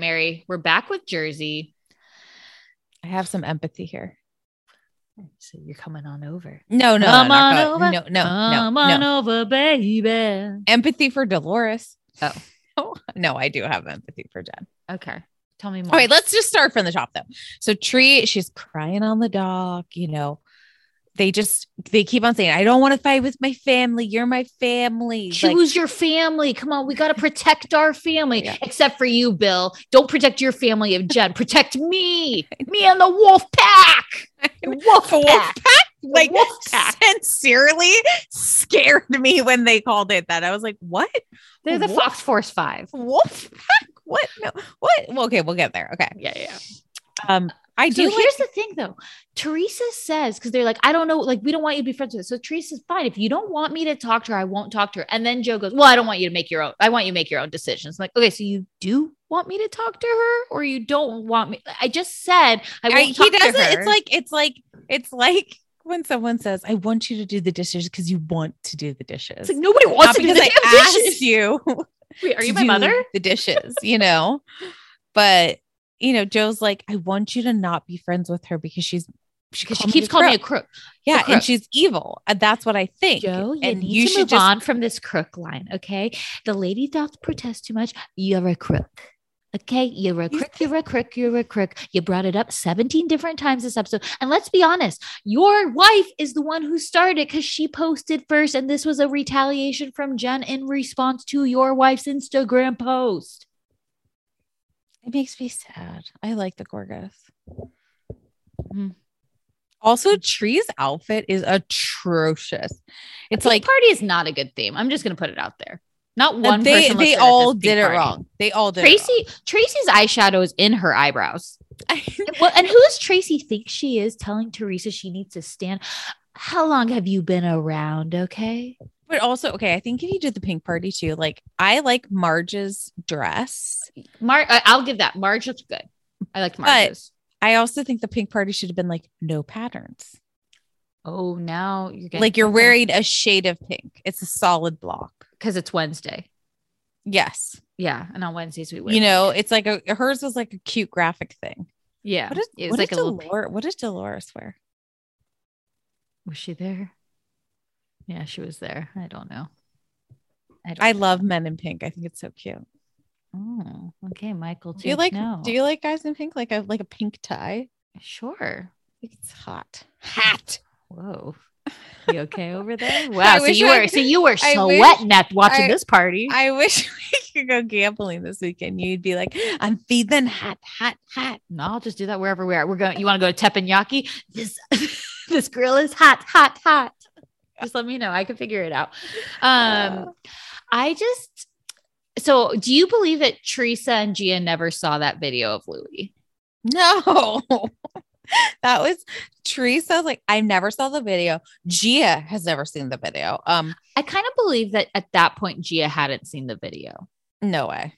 Mary, we're back with Jersey. I have some empathy here. So you're coming on over. No, no, Come no, on not over. go- no, no, no, Come no, on over, baby. Empathy for Dolores. Oh. Oh, no, I do have empathy for Jen. Okay. Tell me more. All right, let's just start from the top though. So Tree, she's crying on the dock, you know, they just they keep on saying, I don't want to fight with my family. You're my family. Like, Choose your family. Come on, we got to protect our family. Except for you, Bill. Don't protect your family of Jen. Protect me, me and the wolf pack. Wolf pack. like sincerely scared me when they called it that. I was like, what? They're the Wolf- Fox Force Five. Wolf pack? What? No. What? Well, okay, we'll get there. Okay. Yeah, yeah. Um, I so do. like- here's the thing though. Teresa says, because they're like, I don't know, like, we don't want you to be friends with her. So Teresa's fine. If you don't want me to talk to her, I won't talk to her. And then Joe goes, Well, I don't want you to make your own, I want you to make your own decisions. I'm like, okay, so you do want me to talk to her or you don't want me? I just said I won't I- talk he doesn't. to her. It's like it's like it's like when someone says, "I want you to do the dishes because you want to do the dishes." It's like nobody wants Not to do the because damn I asked dishes. you. Wait, are to you my do mother? The dishes, you know. but you know, Joe's like, "I want you to not be friends with her because she's she, Because she keeps calling me a crook. Yeah, crook. and she's evil. And that's what I think. Joe, you and need to move on from this crook line, okay? The lady doth protest too much. You're a crook. Okay, you're a crook, you're a crook, you're a crook. You brought it up 17 different times this episode. And let's be honest, your wife is the one who started because she posted first, and this was a retaliation from Jen in response to your wife's Instagram post. It makes me sad. I like the Gorgas. Mhm. Also, Tree's outfit is atrocious. It's Tea like party is not a good theme. I'm just gonna put it out there. Not Uh, one they- person. they listed at all this tea did it party. wrong. They all did it wrong. Tracy Tracy's eyeshadow is in her eyebrows. well, and who does Tracy think she is telling Teresa she needs to stand? How long have you been around? Okay. But also, okay, I think if you did the pink party too, like I like Marge's dress. Mar I- I'll give that. Marge looks good. I liked But- Marge's. I also think the pink party should have been like no patterns. oh, now you're getting Like you're wearing a shade of pink. It's a solid block. because it's Wednesday. Yes. Yeah. And on Wednesdays we wear You know, it's like a hers was like a cute graphic thing. Yeah. What did, it was what like a did little Dolor- what did Dolores wear? was she there? Yeah, she was there. I don't know. I don't I love men in pink. I think it's so cute. Oh, okay, Michael. Do you Duke, like no. do you like guys in pink? Like a like a pink tie? Sure. I think it's hot. Hot. Whoa. You okay over there? Wow. So wish you I- were so you were I wish- sweating at watching I- this party. I wish we could go gambling this weekend. You'd be like, I'm feeling hot, hot, hot. no, I'll just do that wherever we are. We're going. You want to go to Teppanyaki? This this grill is hot, hot, hot. Just let me know. I can figure it out. Um, I just. So, do you believe that Teresa and Gia never saw that video of Louie? No. that was Teresa. was Like, I never saw the video. Gia has never seen the video. Um, I kind of believe that at that point Gia hadn't seen the video. no way.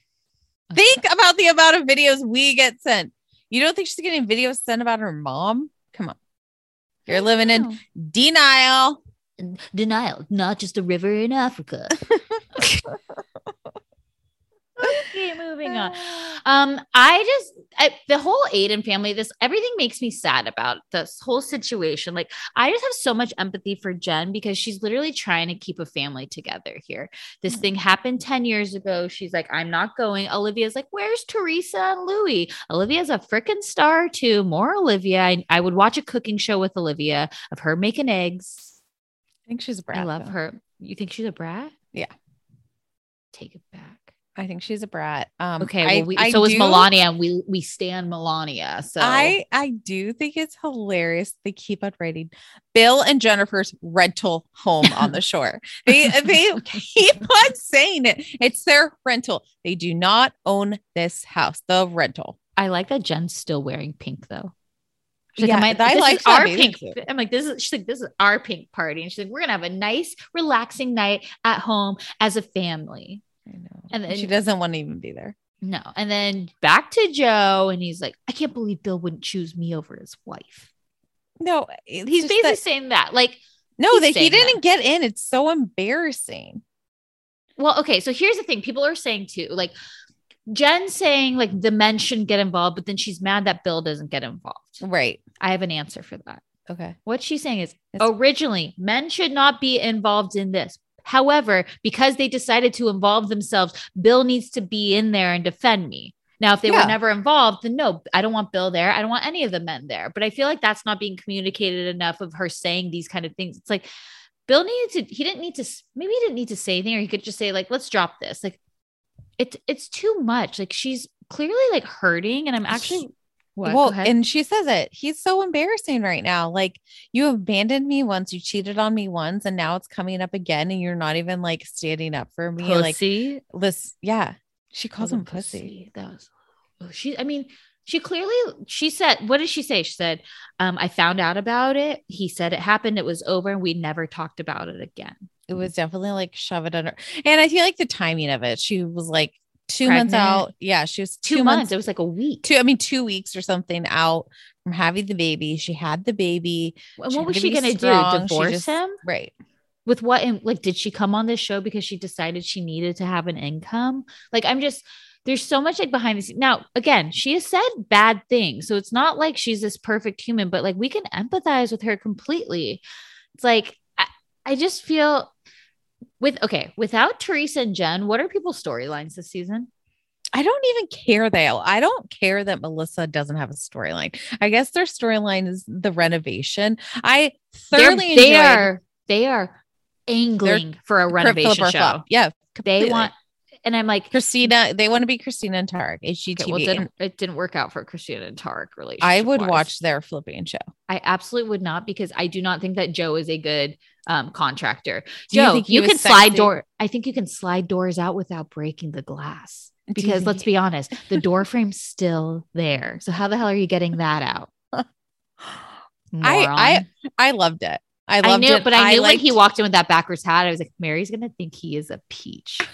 Think about the amount of videos we get sent. You don't think she's getting videos sent about her mom? Come on. You're living Oh. in denial. denial, not just a river in Africa. okay, moving on. Um, I just I, the whole Aiden family. This everything makes me sad about this whole situation. Like, I just have so much empathy for Jen because she's literally trying to keep a family together here. This thing happened ten years ago. She's like, I'm not going. Olivia's like, Where's Teresa and Louie? Olivia's a freaking star too. More Olivia. I, I would watch a cooking show with Olivia of her making eggs. I think she's a brat. I love though. her. You think she's a brat? Yeah. Take it back. I think she's a brat. Um, Okay. I- well, we, I so is do- Melania, and we we stand Melania. So I I do think it's hilarious. They keep on writing Bill and Jennifer's rental home on the shore. They they keep on saying it. It's their rental. They do not own this house. The rental. I like that Jen's still wearing pink though. She's Yeah, like, I I, this like is our that. Maybe pink. that's it. I'm like, this is she's like, this is our pink party. And she's like, we're gonna have a nice, relaxing night at home as a family. I know. And then she doesn't want to even be there. no. And then back to Joe, and he's like, I can't believe Bill wouldn't choose me over his wife. No, it's He's just basically that- saying that. Like, no he's that he saying that. didn't get in. It's so embarrassing. Well, okay. So here's the thing people are saying too, like Jen's saying like the men shouldn't get involved, but then she's mad that Bill doesn't get involved. Right. I have an answer for that. Okay. What she's saying is It's- originally men should not be involved in this. However, because they decided to involve themselves, Bill needs to be in there and defend me. Now, if they Yeah. were never involved, then no, I don't want Bill there. I don't want any of the men there. But I feel like that's not being communicated enough of her saying these kind of things. It's like Bill needed to, he didn't need to, s- maybe he didn't need to say anything, or he could just say, like, let's drop this. Like, it's it's too much. Like she's clearly like hurting. And I'm actually What? Go well, ahead. and she says it. He's so embarrassing right now. Like you abandoned me once, you cheated on me once, and now it's coming up again, and you're not even like standing up for me. Pussy. Like, listen, yeah, she calls Calls him him pussy. That was oh, she. I mean, she clearly she said. What did she say? She said, um, "I found out about it. He said it happened. It was over, and we never talked about it again." It was definitely like shove it under. And I feel like the timing of it, she was like two months Pregnant. out. Yeah, she was Two two, months. months. It was like a week. Two, I mean, two weeks or something out from having the baby. She had the baby. And what had was to she be going to do? strong. She Divorce just- him? Right. With what? And like, did she come on this show because she decided she needed to have an income? Like, I'm just. There's so much like behind the scenes. Now, again, she has said bad things. So it's not like she's this perfect human, but like we can empathize with her completely. It's like, I, I just feel with, okay, without Teresa and Jen, what are people's storylines this season? I don't even care though. I don't care that Melissa doesn't have a storyline. I guess their storyline is the renovation. I They're- thoroughly they enjoyed- are they are angling for a Flip, renovation flip, or show. flop. Yeah, They want and I'm like Christina. They want to be Christina and Tarek. HGTV. okay, well, it, didn't, it didn't work out for Christina and Tarek relationship. I would wise. watch their flipping show. I absolutely would not because I do not think that Joe is a good um, contractor. Do you Joe, you, think he was can slide sexy? door. I think you can slide doors out without breaking the glass. you Because let's think- be honest, the door frame's still there. So how the hell are you getting that out? Moron. I I I loved it. I loved knew, it. but I knew when he liked- walked in with that backwards hat, I was like, Mary's gonna think he is a peach.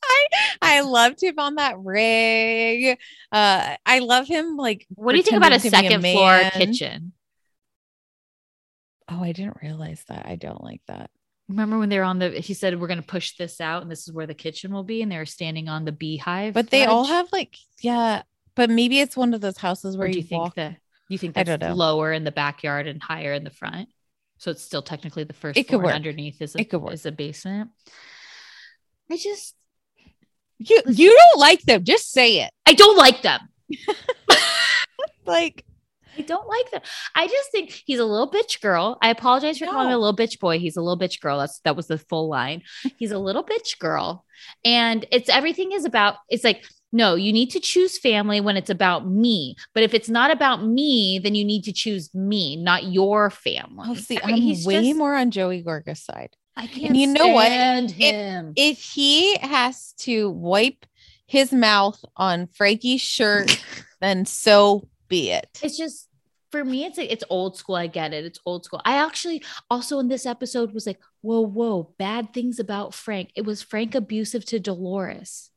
I I loved him on that rig. Uh, I love him. Like, What do you think about a pretending to second be a floor man. kitchen? Oh, I didn't realize that. I don't like that. Remember when they were on the? He said we're gonna push this out, and this is where the kitchen will be, and they were standing on the beehive. But they all footage? have like, yeah. But maybe it's one of those houses where Or do you, you think walk. that you think I that's don't know. lower in the backyard and higher in the front? So it's still technically the first It could floor and work. underneath is a, It could work. is a basement. I just you you don't like them. Just say it. I don't like them. like I don't like them. I just think he's a little bitch girl. I apologize for calling him a little bitch boy. He's a little bitch girl. That's that was the full line. He's a little bitch girl. And it's everything is about it's like no, you need to choose family when it's about me. But if it's not about me, then you need to choose me, not your family. Oh, see, I I'm mean, he's way just- more on Joey Gorga's side. I And can't you know what? stand If- him. If, he has to wipe his mouth on Frankie's shirt, then so be it. it's just for me it's like it's old school i get it it's old school i actually also in this episode was like whoa whoa bad things about frank it was frank abusive to dolores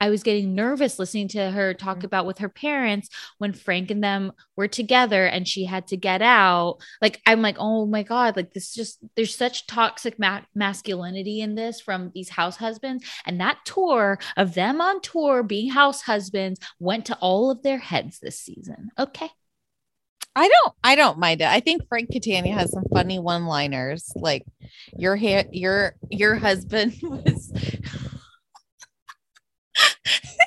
i was getting nervous listening to her talk about with her parents when frank and them were together and she had to get out like i'm like oh my god like this just there's such toxic ma- masculinity in this from these house husbands and that tour of them on tour being house husbands went to all of their heads this season okay I don't I don't mind it. I think Frank Catania has some funny one-liners like your ha- your your husband was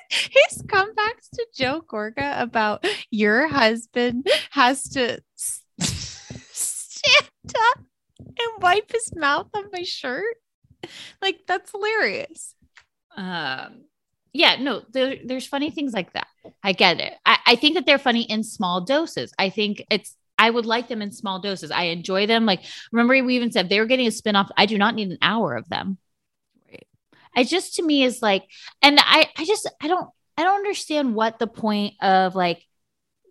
his comebacks to Joe Gorga about your husband has to s- stand up and wipe his mouth on my shirt. Like that's hilarious. um yeah no there, there's funny things like that i get it I, I think that they're funny in small doses i think it's i would like them in small doses i enjoy them like remember we even said they were getting a spin-off i do not need an hour of them right i just to me is like and i i just i don't i don't understand what the point of like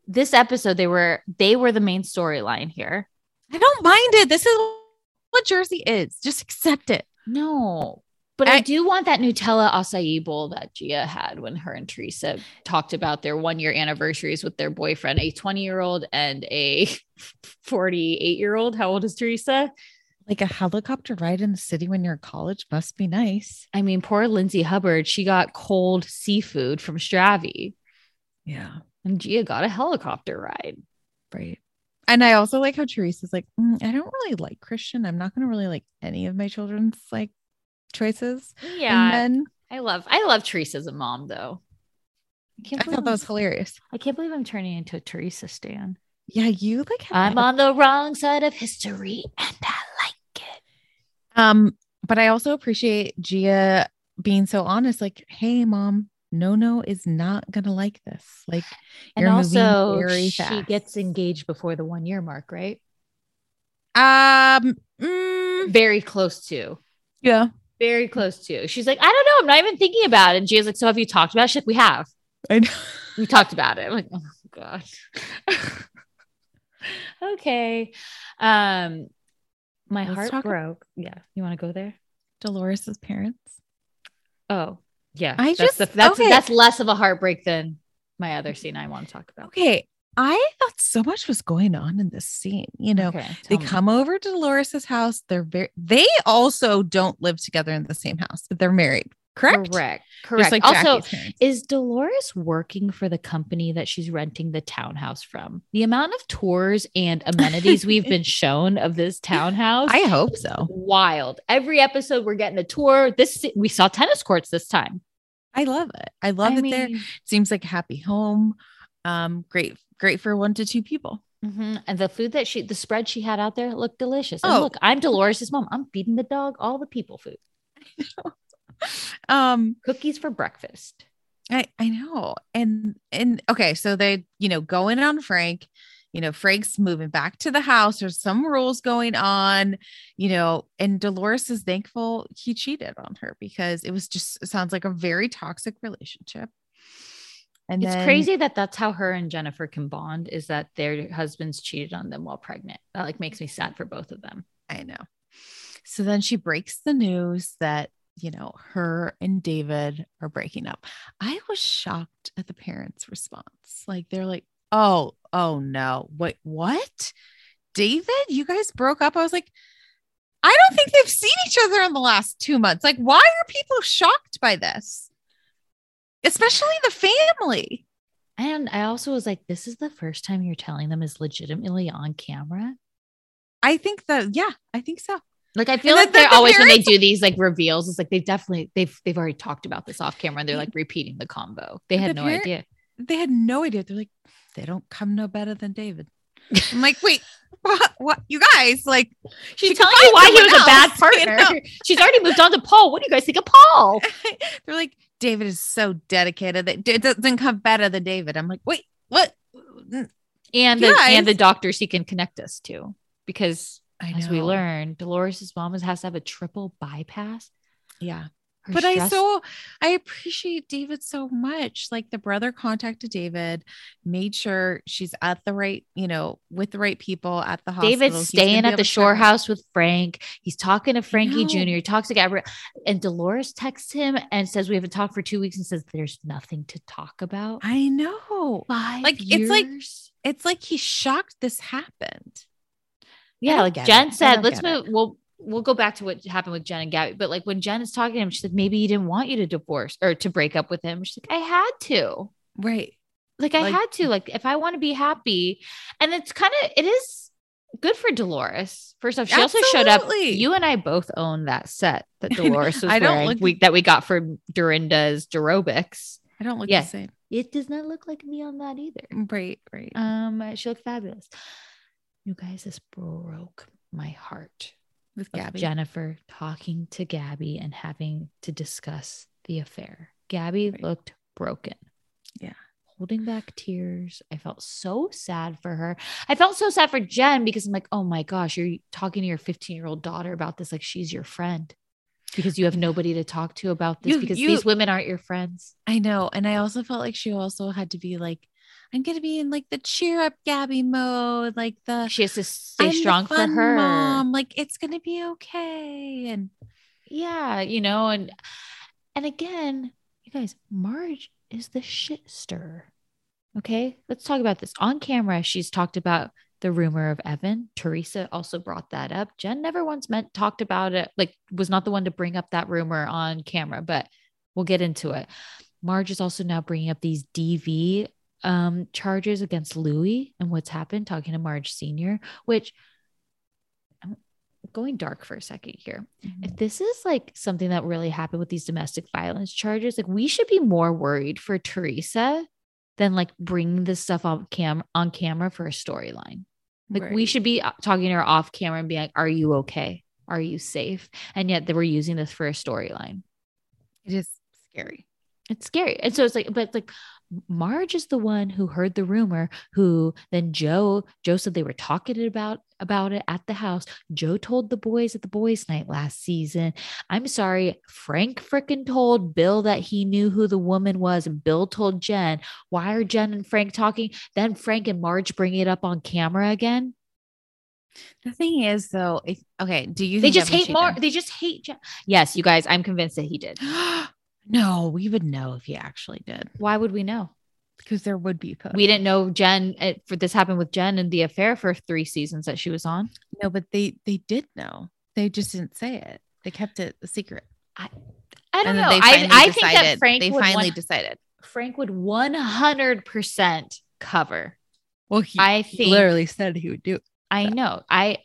this episode they were they were the main storyline here I don't mind it. This is what Jersey is. Just accept it. No. But I, do want that Nutella acai bowl that Gia had when her and Teresa talked about their one year anniversaries with their boyfriend, a 20 year old and a 48 year old. How old is Teresa? Like a helicopter ride in the city when you're in college must be nice. I mean, poor Lindsay Hubbard, she got cold seafood from Stravi. Yeah. And Gia got a helicopter ride. Right. And I also like how Teresa's like, "Mm, I don't really like Christian. I'm not going to really like any of my children's like choices. Yeah. And then, I love I love Teresa as a mom though. I, can't I thought believe that I'm- was hilarious. I can't believe I'm turning into a Teresa Stan. Yeah, you like I'm on the wrong side of history. Um, but I also appreciate Gia being so honest. Like, hey, mom, no, no is not gonna like this. Like, And you're also, moving very she fast. gets engaged before the one year mark, right? um, Very close to. Yeah. Very close to. She's like, I don't know. I'm not even thinking about it. And Gia's like, So have you talked about it? She's like, we have. I know. We talked about it. I'm like, Oh, God. okay. Um, my Let's heart talk- broke. Yeah. You want to go there? Dolores's parents. Oh, yeah. I that's just- the, that's okay. that's less of a heartbreak than my other scene I want to talk about. Okay. I thought so much was going on in this scene. You know, Okay, they tell me. come over to Dolores's house. They're very they also don't live together in the same house, but they're married. Correct? Correct. Just Correct. like also, Jackie's parents. is Dolores working for the company that she's renting the townhouse from? The amount of tours and amenities we've been shown of this townhouse. I hope so. Wild. Every episode we're getting a tour. This we saw tennis courts this time. I love it. I love I it there. mean- Seems like a happy home. Um, great, great for one to two people. Mhm. And the food that she, the spread she had out there looked delicious. Oh. And look, I'm Dolores's mom. I'm feeding the dog all the people food. Um, Cookies for breakfast. I I know. And and okay, so they, you know, go in on Frank. You know, Frank's moving back to the house. There's some rules going on, you know, and Dolores is thankful he cheated on her because it was just it sounds like a very toxic relationship. And it's then- crazy that that's how her and Jennifer can bond is that their husbands cheated on them while pregnant. That like makes me sad for both of them. I know. So then she breaks the news that, you know, her and David are breaking up. I was shocked at the parents' response. Like they're like, "Oh, oh no. Wait, what? David, you guys broke up?" I was like, "I don't think they've seen each other in the last 2 months. Like why are people shocked by this?" Especially the family. And I also was like, this is the first time you're telling them is legitimately on camera. I think that yeah, I think so. Like I feel And like then the- they're the always when they parents- do these like reveals, it's like they've definitely they've they've already talked about this off camera and they're like repeating the combo. They had The no parent- idea. They had no idea. They're like, they don't come no better than David. I'm like, wait, what? what? You guys, like, She's she could telling you find why he someone was a bad else, you partner. know? She's already moved on to Paul. What do you guys think of Paul? They're like, David is so dedicated that it doesn't come better than David. I'm like, wait, what? Mm, And the You and the guys- doctors he can connect us to. Because I as we know. learned, Dolores's mom has to have a triple bypass. Yeah. Her but I stress- so I appreciate David so much. Like the brother contacted David, made sure she's at the right, you know, with the right people at the hospital. David's He's staying gonna be at able the to shore cover- house with Frank. He's talking to Frankie know. Jr. He talks to Gabrielle. And Dolores texts him and says, We haven't talked for two weeks and says, There's nothing to talk about. I know. Five Like it's like years? it's like he's shocked this happened. Yeah, don't like get it. Jen I said, don't let's get move. We'll we'll go back to what happened with Jen and Gabby. But like when Jen is talking to him, she's like, Maybe he didn't want you to divorce or to break up with him. She's like, I had to. Right. Like I Like- had to. Like if I want to be happy. And it's kind of it is good for Dolores. First off, she also showed up. Absolutely. You and I both own that set that I know. Dolores was I don't wearing look- we, that we got from Dorinda's Dorobics. I don't look Yeah. the same. Mm, It does not look like me on that either. Right, right. Um, she looked fabulous. You guys, this broke my heart. With of Gabby. Jennifer talking to Gabby and having to discuss the affair. Gabby Right. looked broken. Yeah. Holding back tears. I felt so sad for her. I felt so sad for Jen because I'm like, oh my gosh, you're talking to your 15 year old daughter about this. Like she's your friend because you have nobody to talk to about this You- because you- these women aren't your friends. I know. And I also felt like she also had to be like, I'm gonna be in like the cheer up Gabby mode, like the She has to stay "I'm the strong for fun her. Mom, like it's gonna be okay. And Yeah, you know, and and again, you guys, Marge is the shit stirrer. Okay, let's talk about this on camera. She's talked about the rumor of Evan. Teresa also brought that up. Jen never once meant talked about it. Like, was not the one to bring up that rumor on camera. But we'll get into it. Marge is also now bringing up these DV um, charges against Louis and what's happened. Talking to Marge Senior, which um, going dark for a second here. If this is like something that really happened with these domestic violence charges, like we should be more worried for Teresa than like bringing this stuff on cam on camera for a storyline. Like we Right. should be uh, talking to her off camera and being like, "Are you okay? Are you safe?" And yet they were using this for a storyline. It is scary. It's scary. And so it's like, but like Marge is the one who heard the rumor, who then Joe, Joe said they were talking about about it at the house. Joe told the boys at the boys' night last season. I'm sorry, Frank frickin' told Bill that he knew who the woman was, and Bill told Jen. Why are Jen and Frank talking? Then Frank and Marge bring it up on camera again. The thing is, though, if okay, do you They think that just when hate she- Marge. They just hate Jen. Yes, you guys, I'm convinced that he did. no, we would know if he actually did Why would we know? because there would be photos. we didn't know Jen uh, for this happened with Jen and the affair for three seasons that she was on. No, but they they did know. They just didn't say it. They kept it a secret. I don't And know. then they I, finally I think decided. that Frank they would finally one- decided. Frank would one hundred percent cover. Well, he, I he think- literally said he would do. It. I know. I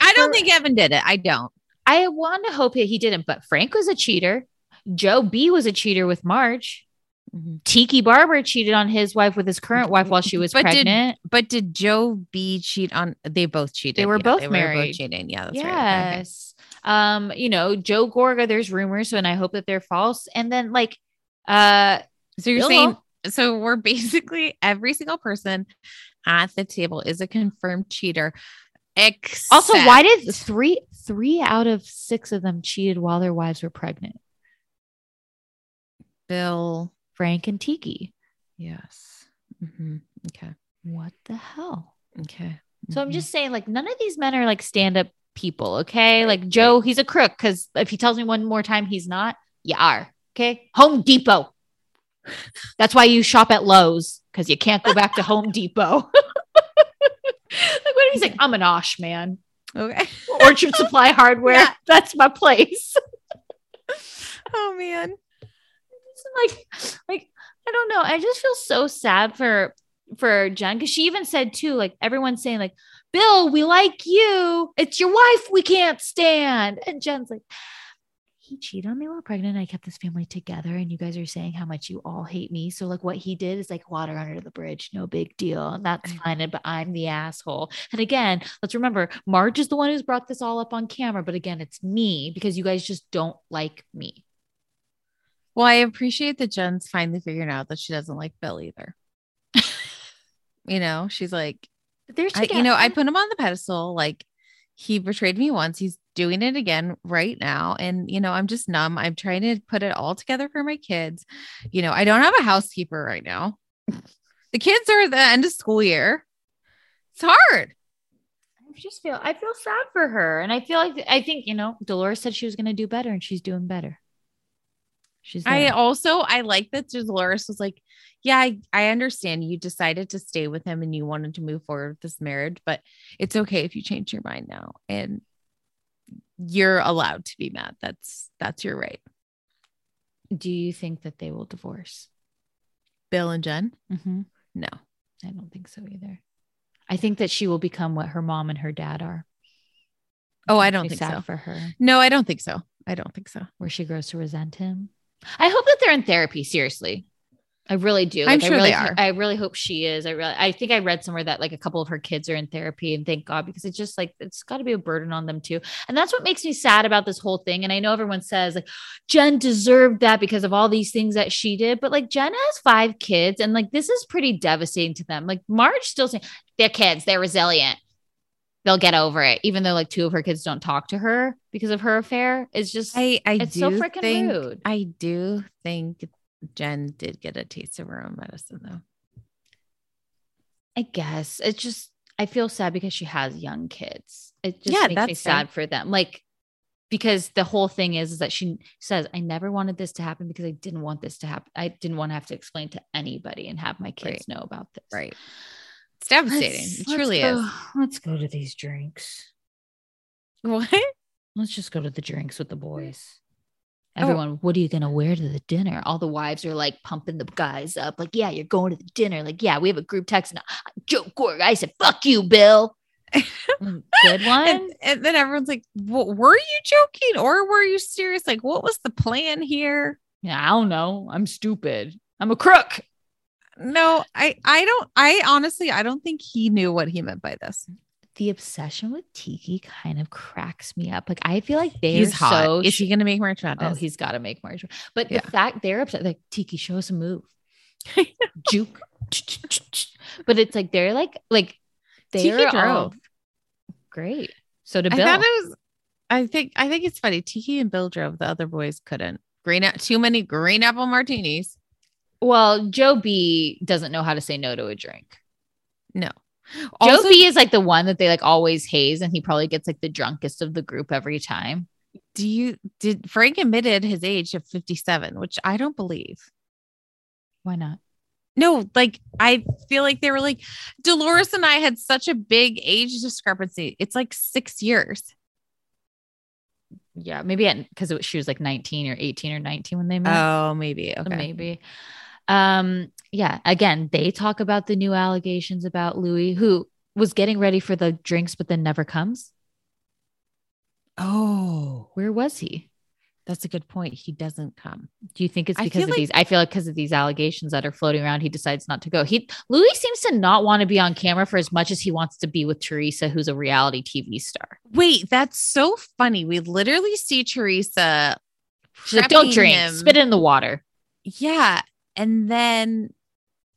I don't For- think Evan did it. I don't. I want to hope that he didn't, but Frank was a cheater. Joe B was a cheater with Marge. Mhm. Tiki Barber cheated on his wife with his current wife while she was But did- pregnant. But did Joe B cheat on? They both cheated. They were Yeah, both both married. cheating. Yeah, that's right. Okay, okay. yes. Um, you know, Joe Gorga, there's rumors, and I hope that they're false. And then like uh So you're Bill- saying so we're basically every single person at the table is a confirmed cheater. Except Also, why did three three out of six of them cheated while their wives were pregnant? Bill? Frank and Tiki. Yes. hmm Okay. What the hell? Okay. So I'm Mhm. just saying, like, none of these men are like stand up people, okay? like Joe, he's a crook because if he tells me one more time he's not, you are, okay? Home Depot. That's why you shop at Lowe's because you can't go back to Home Depot. like, what if he's like, I'm an Osh man, okay. Orchard Supply Hardware. Yeah. That's my place. Oh man. like like i don't know i just feel so sad for for jen because she even said too like everyone's saying like bill we like you it's your wife we can't stand and jen's like he cheated on me while pregnant i kept this family together and you guys are saying how much you all hate me so like what he did is like water under the bridge no big deal and that's fine but i'm the asshole and again let's remember marge is the one who's brought this all up on camera but again it's me because you guys just don't like me Well, I appreciate that Jen's finally figuring out that she doesn't like Bill either. you know, she's like, there's I, you know, I put him on the pedestal. Like he betrayed me once. He's doing it again right now. And, you know, I'm just numb. I'm trying to put it all together for my kids. You know, I don't have a housekeeper right now. the kids are at the end of school year. It's hard. I just feel I feel sad for her, and I feel like I think you know Dolores said she was going to do better, and she's doing better. She's I there. also, I like that Dolores was like, yeah, I, I understand you decided to stay with him and you wanted to move forward with this marriage, but it's okay if you change your mind now. And you're allowed to be mad. That's, that's your right. do you think that they will divorce? Bill and Jen? Mm-hmm. No. I don't think so either. I think that she will become what her mom and her dad are. Oh, I don't Be think sad so. for her, No, I don't think so. I don't think so. where she grows to resent him. I hope that they're in therapy. Seriously, I really do. I'm I sure really they are. I really hope she is. I really. I think I read somewhere that like a couple of her kids are in therapy, and thank God because it's just like it's got to be a burden on them too. And that's what makes me sad about this whole thing. And I know everyone says like Jen deserved that because of all these things that she did, but like Jen has five kids, and like this is pretty devastating to them. Like Marge still saying they're kids, they're resilient. They'll get over it, even though like two of her kids don't talk to her because of her affair. It's just I, I It's do so frickin' think, rude. I do think Jen did get a taste of her own medicine though. I guess it's just I feel sad because she has young kids. It just Yeah, makes me that's fair. sad for them. Like because the whole thing is, is that she says, I never wanted this to happen because I didn't want this to happen. I didn't want to have to explain to anybody and have my kids Right. know about this. Right. It's devastating. Let's- it let's truly go- is. Let's go to these drinks. What? Let's just go to the drinks with the boys. Oh. Everyone, what are you going to wear to the dinner? All the wives are like pumping the guys up, like, yeah, you're going to the dinner. Like, yeah, we have a group text. And I- Joe Gorg, I said, fuck you, Bill. Mm, good one. and, and then everyone's like, "W- "Were you joking or were you serious? Like, what was the plan here?" Yeah, I don't know. I'm stupid. I'm a crook. No, I I don't. I honestly, I don't think he knew what he meant by this. The obsession with Tiki kind of cracks me up. Like I feel like they're He's hot. so. Is he going to make March Madness? oh, he's got to make March. But Yeah. the fact they're upset, like Tiki, show us a move, juke. but it's like they're like like Tiki they're all drove. great. So did I Bill. thought it was. I think I think it's funny. Tiki and Bill drove. The other boys couldn't. Green a- too many green apple martinis. well, Joe B doesn't know how to say no to a drink. No. Joe B is like the one that they like always haze, and he probably gets like the drunkest of the group every time. do you did Frank admitted his age of 57, which I don't believe. Why not? No, like I feel like they were like Dolores and I had such a big age discrepancy. It's like six years. Yeah, maybe because she was like 19 or 18 or 19 when they met. Oh, maybe. So Okay. Maybe. Um, yeah, again, they talk about the new allegations about Louis, who was getting ready for the drinks, but then never comes. Oh, Where was he? that's a good point. He doesn't come. Do you think it's I because feel of like- these? I feel like because of these allegations that are floating around, he decides not to go. He Louis seems to not want to be on camera for as much as he wants to be with Teresa, who's a reality TV star. Wait, that's so funny. We literally see Teresa. She's like, don't prepping drink, him." spit in the water. Yeah. And then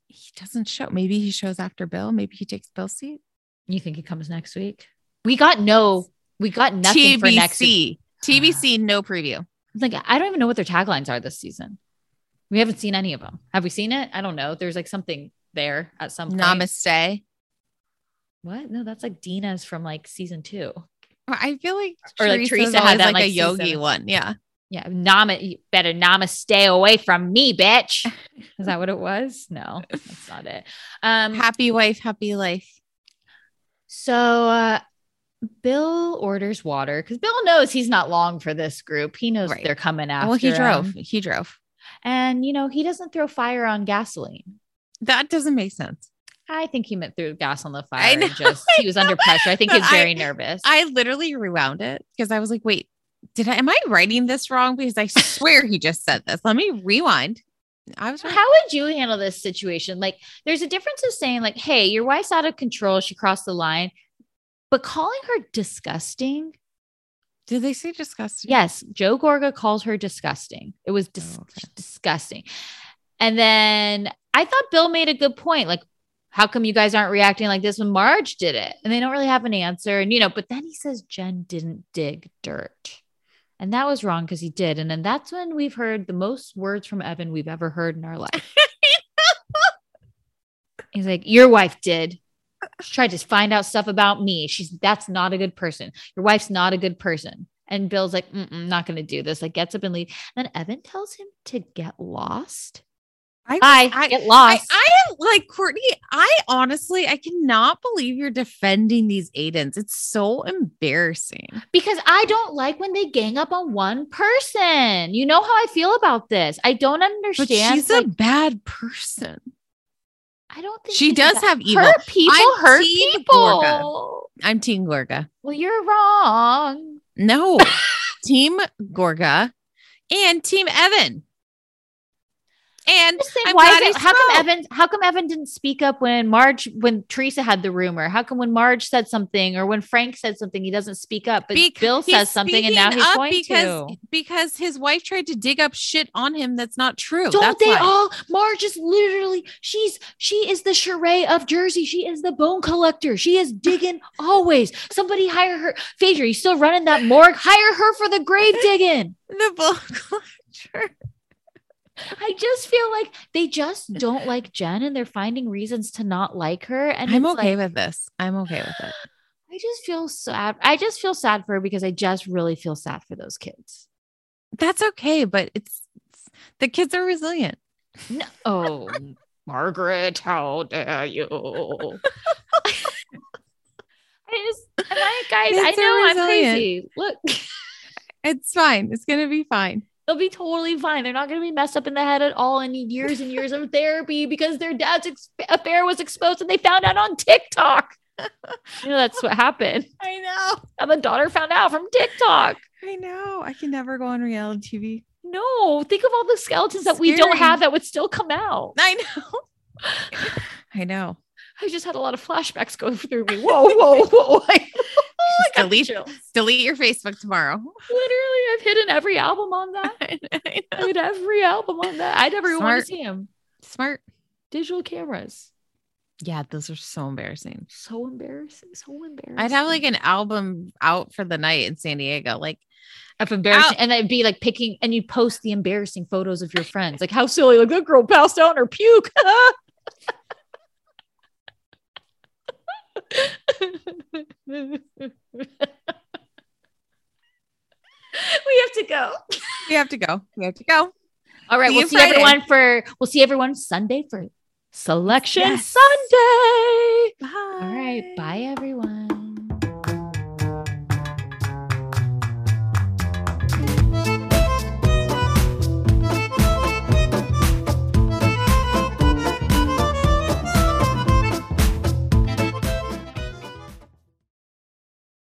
he doesn't show. Maybe he shows after Bill. Maybe he takes Bill's seat. You think he comes next week? We got no, we got nothing for next week. TBC. TBC, no preview. like I don't even know what their taglines are this season. We haven't seen any of them. Have we seen it? I don't know. There's like something there at some point. Namaste. What? No, that's like Dina's from like season two. I feel like Or, like, Teresa's Teresa had always that, like, like, a yogi season. one. Yeah. Yeah, nama. You better nama stay away from me, bitch. Is that what it was? No, that's not it. Um, Happy wife, happy life. So uh, Bill orders water because Bill knows he's not long for this group. He knows Right. they're coming after. um, well, he drove. him. He drove. and you know he doesn't throw fire on gasoline. That doesn't make sense. I think he meant threw gas on the fire. I and know, just I he was under know, pressure. I think but he's very I- nervous. I literally rewound it because I was like, wait, did I am I writing this wrong? Because I swear he just said this. Let me rewind. I was So right. how would you handle this situation? Like, there's a difference of saying, like, "Hey, your wife's out of control. She crossed the line," but calling her Mm. disgusting. did they say disgusting? Yes, Joe Gorga calls her disgusting. It was dis- disgusting. And then I thought Bill made a good point. Like, how come you guys aren't reacting like this when Marge did it? And they don't really have an answer. And you know, but then he says Jen didn't dig dirt. And that was wrong because he did. And then that's when we've heard the most words from Evan we've ever heard in our life. He's like, Your wife did. She tried to find out stuff about me. She's that's not a good person. Your wife's not a good person. And Bill's like, Mm-mm, not gonna do this. Like gets up and leaves. Then Evan tells him to get lost. I, Bye. I- get I, lost. I am like Courtney. I honestly, I cannot believe you're defending these Aidens. It's so embarrassing. because I don't like when they gang up on one person. You know how I feel about this. I don't But understand. she's like, a bad person. I don't think she she's does that- have evil. Her people I'm hurt team people. Gorga. I'm Team Gorga. Well, you're wrong. No, Team Gorga and Team Evan. And Just saying, I'm why glad is it, he how come spoke. Evan how come Evan didn't speak up when Marge when Teresa had the rumor? How come when Marge said something or when Frank said something he doesn't speak up, but Bec- Bill he's says something and speaking now he's up going because, to? because his wife tried to dig up shit on him that's not true. Don't That's they why. all? Marge is literally she's she is the charade of Jersey. She is the bone collector. She is digging always. Somebody hire her. Phaedra, you still running that morgue? Hire her for the grave digging. the ball collector? I just feel like they just don't like Jen, and they're finding reasons to not like her. And I'm it's okay like, with this. I'm okay with it. I just feel sad. I just feel sad for her because I just really feel sad for those kids. That's okay, but it's, it's the kids are resilient. No. Oh, Margaret, how dare you? I just, am I, guys, It's I know I'm resilient. crazy. Look, It's fine. It's gonna be fine. they'll be totally fine. They're not going to be messed up in the head at all and need years and years of therapy because their dad's ex- affair was exposed and they found out on TikTok. You know, that's what happened. I know. And the daughter found out from TikTok. I know. I can never go on reality TV. No, think of all the skeletons that we don't Scary. have that would still come out. I know. I know. I just had a lot of flashbacks going through me. Whoa, whoa, whoa. I, oh, I got delete- chills. Delete your Facebook tomorrow. Literally, I've hidden every album on that. I know. I mean, every album on that. I never even wanted to Smart. see him. Smart. Digital cameras. Yeah, those are so embarrassing. So embarrassing. So embarrassing. I'd have like an album out for the night in San Diego. Like, of embarrassing. Ow. And that'd be like picking and you post the embarrassing photos of your friends. Like how silly. Like that girl passed out in her puke. we have to go. we have to go. We have to go. All right, See we'll you see Friday. everyone for we'll see everyone Sunday for Selection Yes. Sunday. Bye. All right, bye everyone.